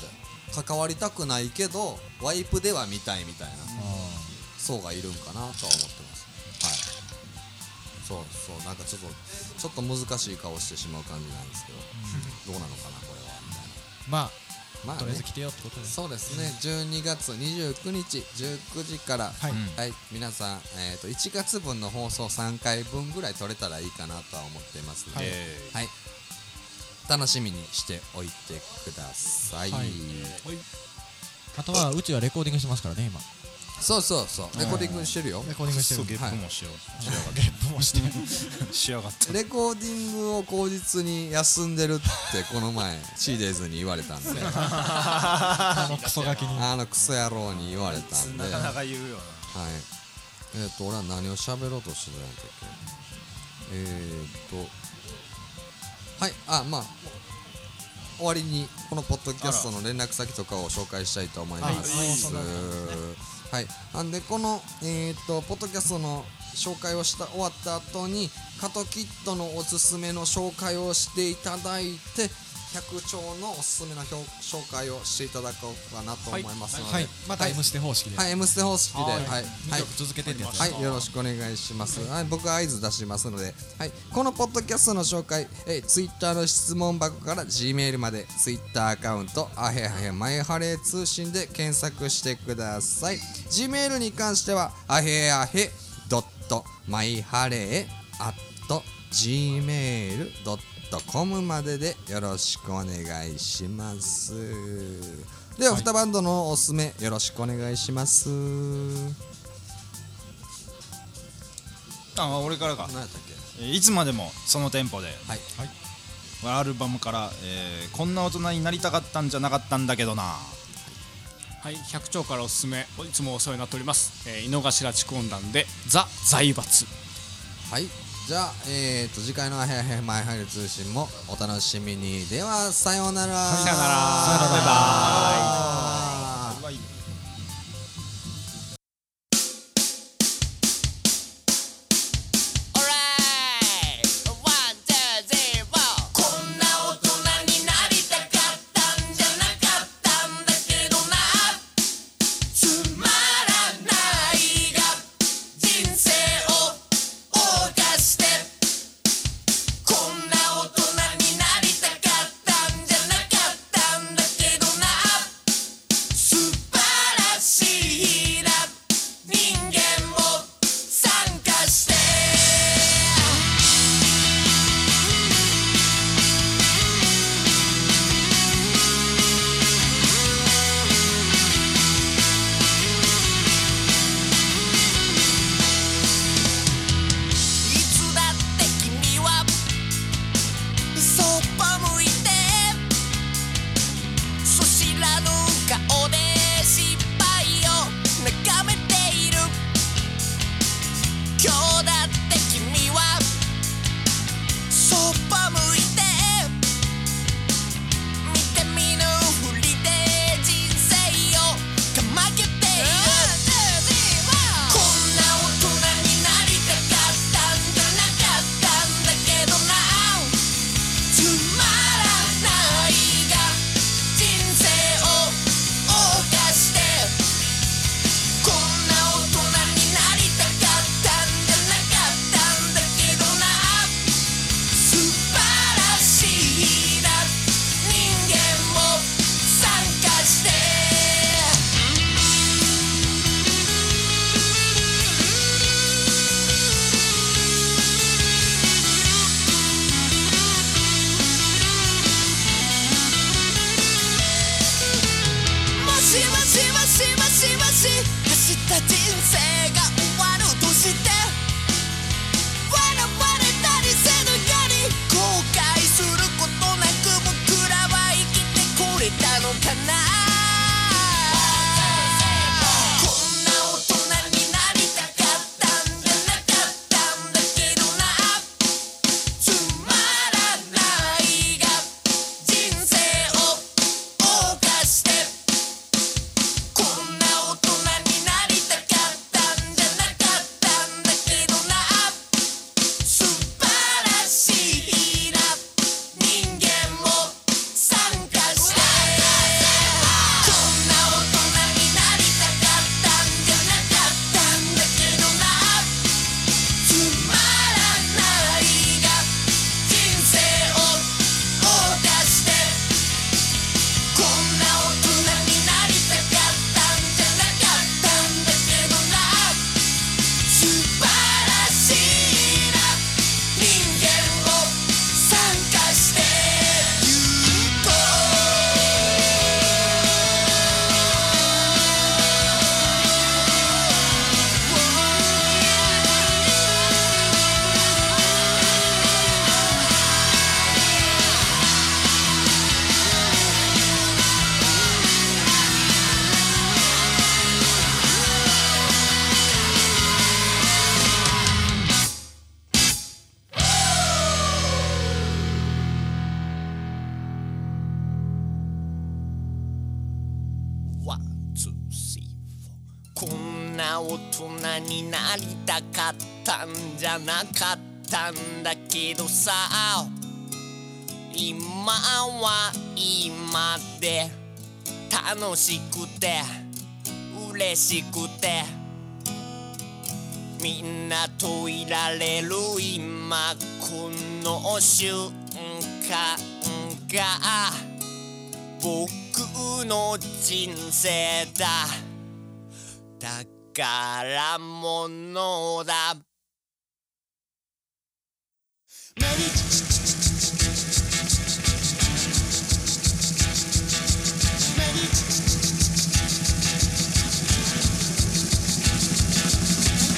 [SPEAKER 1] 関わりたくないけどワイプでは見たいみたいな層がいるんかなとは思ってますはいそうそうなんかちょっとちょっと難しい顔してしまう感じなんですけどどうなのかなこれはみたい
[SPEAKER 3] ま
[SPEAKER 1] なま
[SPEAKER 3] あ
[SPEAKER 1] あ
[SPEAKER 3] とりあえ
[SPEAKER 1] ね
[SPEAKER 3] ず来てよってことです
[SPEAKER 1] そうですね12月29日19時からは
[SPEAKER 3] はいい、
[SPEAKER 1] 皆さん、えー、と1月分の放送3回分ぐらい撮れたらいいかなとは思っていますので、
[SPEAKER 3] はい
[SPEAKER 1] はい、楽しみにしておいてください、
[SPEAKER 3] はいあとはうちはレコーディングしてますからね今
[SPEAKER 1] そうそうそうレコーディングしてるよ
[SPEAKER 3] レコーディングして
[SPEAKER 2] そう
[SPEAKER 3] る
[SPEAKER 2] ゲップもしよう、
[SPEAKER 3] ゲップも してる
[SPEAKER 2] しやがって
[SPEAKER 1] レコーディングを口実に休んでるってこの前シーデイズに言われたんで
[SPEAKER 3] あのクソガキに
[SPEAKER 1] あのクソ野郎に言われたんで
[SPEAKER 2] なかなか言うよな
[SPEAKER 1] はい。えっ、と、俺は何を喋ろうとしてたんだっけえっ、と、はい、あ、まあ、終わりにこのポッドキャストの連絡先とかを紹介したいと思います。はい、なんでこの、えっ、と、ポッドキャストの紹介をした終わった後に、カトキットのおすすめの紹介をしていただいて、百鳥のおすすめの表紹介をしていただこうかなと思いますので、
[SPEAKER 3] はいまた
[SPEAKER 1] はい
[SPEAKER 3] M ステ方式で
[SPEAKER 1] はい、M ステ方式で、はい、はい、
[SPEAKER 3] 2曲続けてってやつ
[SPEAKER 1] はい、よろしくお願いします。はい、僕は合図出しますので、はい、このポッドキャストの紹介、えー、Twitter の質問箱から G メールまで Twitter アカウントあへはへまえはれ通信で検索してください。G メールに関してはあへあへドットまいはれ gmail.com まででよろしくお願いします。では、二バンドのおすすめよろしくお願いします。
[SPEAKER 2] あ俺からか
[SPEAKER 1] 何やったっけ
[SPEAKER 2] えーいつまでもその店舗で、
[SPEAKER 1] はい
[SPEAKER 2] アルバムから、えーこんな大人になりたかったんじゃなかったんだけどな」
[SPEAKER 5] はい百鳥からおすすめいつもお世話になっております、えー、井の頭地音団で「ザ・財閥
[SPEAKER 1] はいじゃあ、えー、と次回の「ヘアヘアマイハイル通信」もお楽しみにではさようなら、さようならバイバイ
[SPEAKER 7] オーライワン・ツー・ゼロこんな大人になりたかったんじゃなかったんだけどなつまらないが人生を謳歌してこんな大人になりたかったんじゃなかったんだけどなんな大人になりたかったんじゃなかったんだけどさ今は今で楽しくて嬉しくてみんなといられる今この瞬間が僕の人生だ宝物だメリーメリー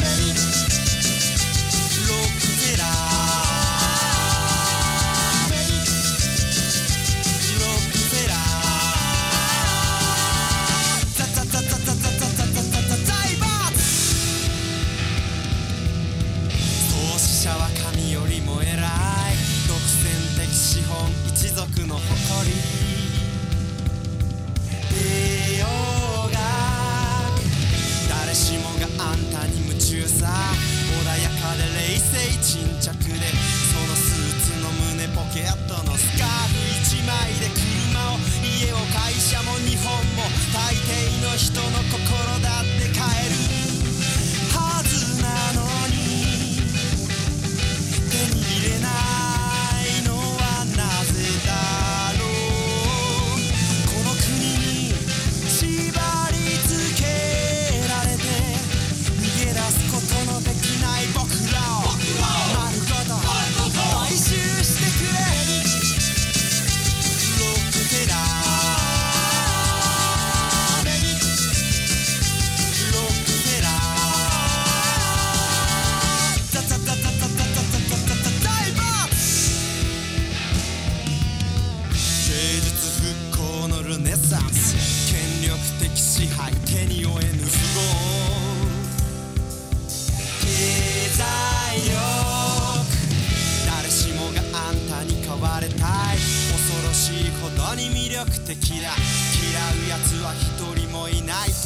[SPEAKER 7] メリーロックデラメリーロックデラザザザザザザザザザザ財閥創始者は神よりも偉い独占的資本一族の誇り栄養が誰しもがあんたに夢中さ穏やかで冷静沈着でそのスーツの胸ポケットのスカーフ一枚で車を家を会社も日本も大抵の人の心だって変えるはずなのに手に入れないのはなぜだろうこの国に縛り付けられて逃げ出すことのできない僕らを丸ごと買収してくれロックテラーロックテラーザザザザザザザザザダイバー芸術復興のルネサンス権力的支配手に負えぬ不合経済力誰しもがあんたに買われたい恐ろしいほどに魅力的だ嫌う奴は一人もいないと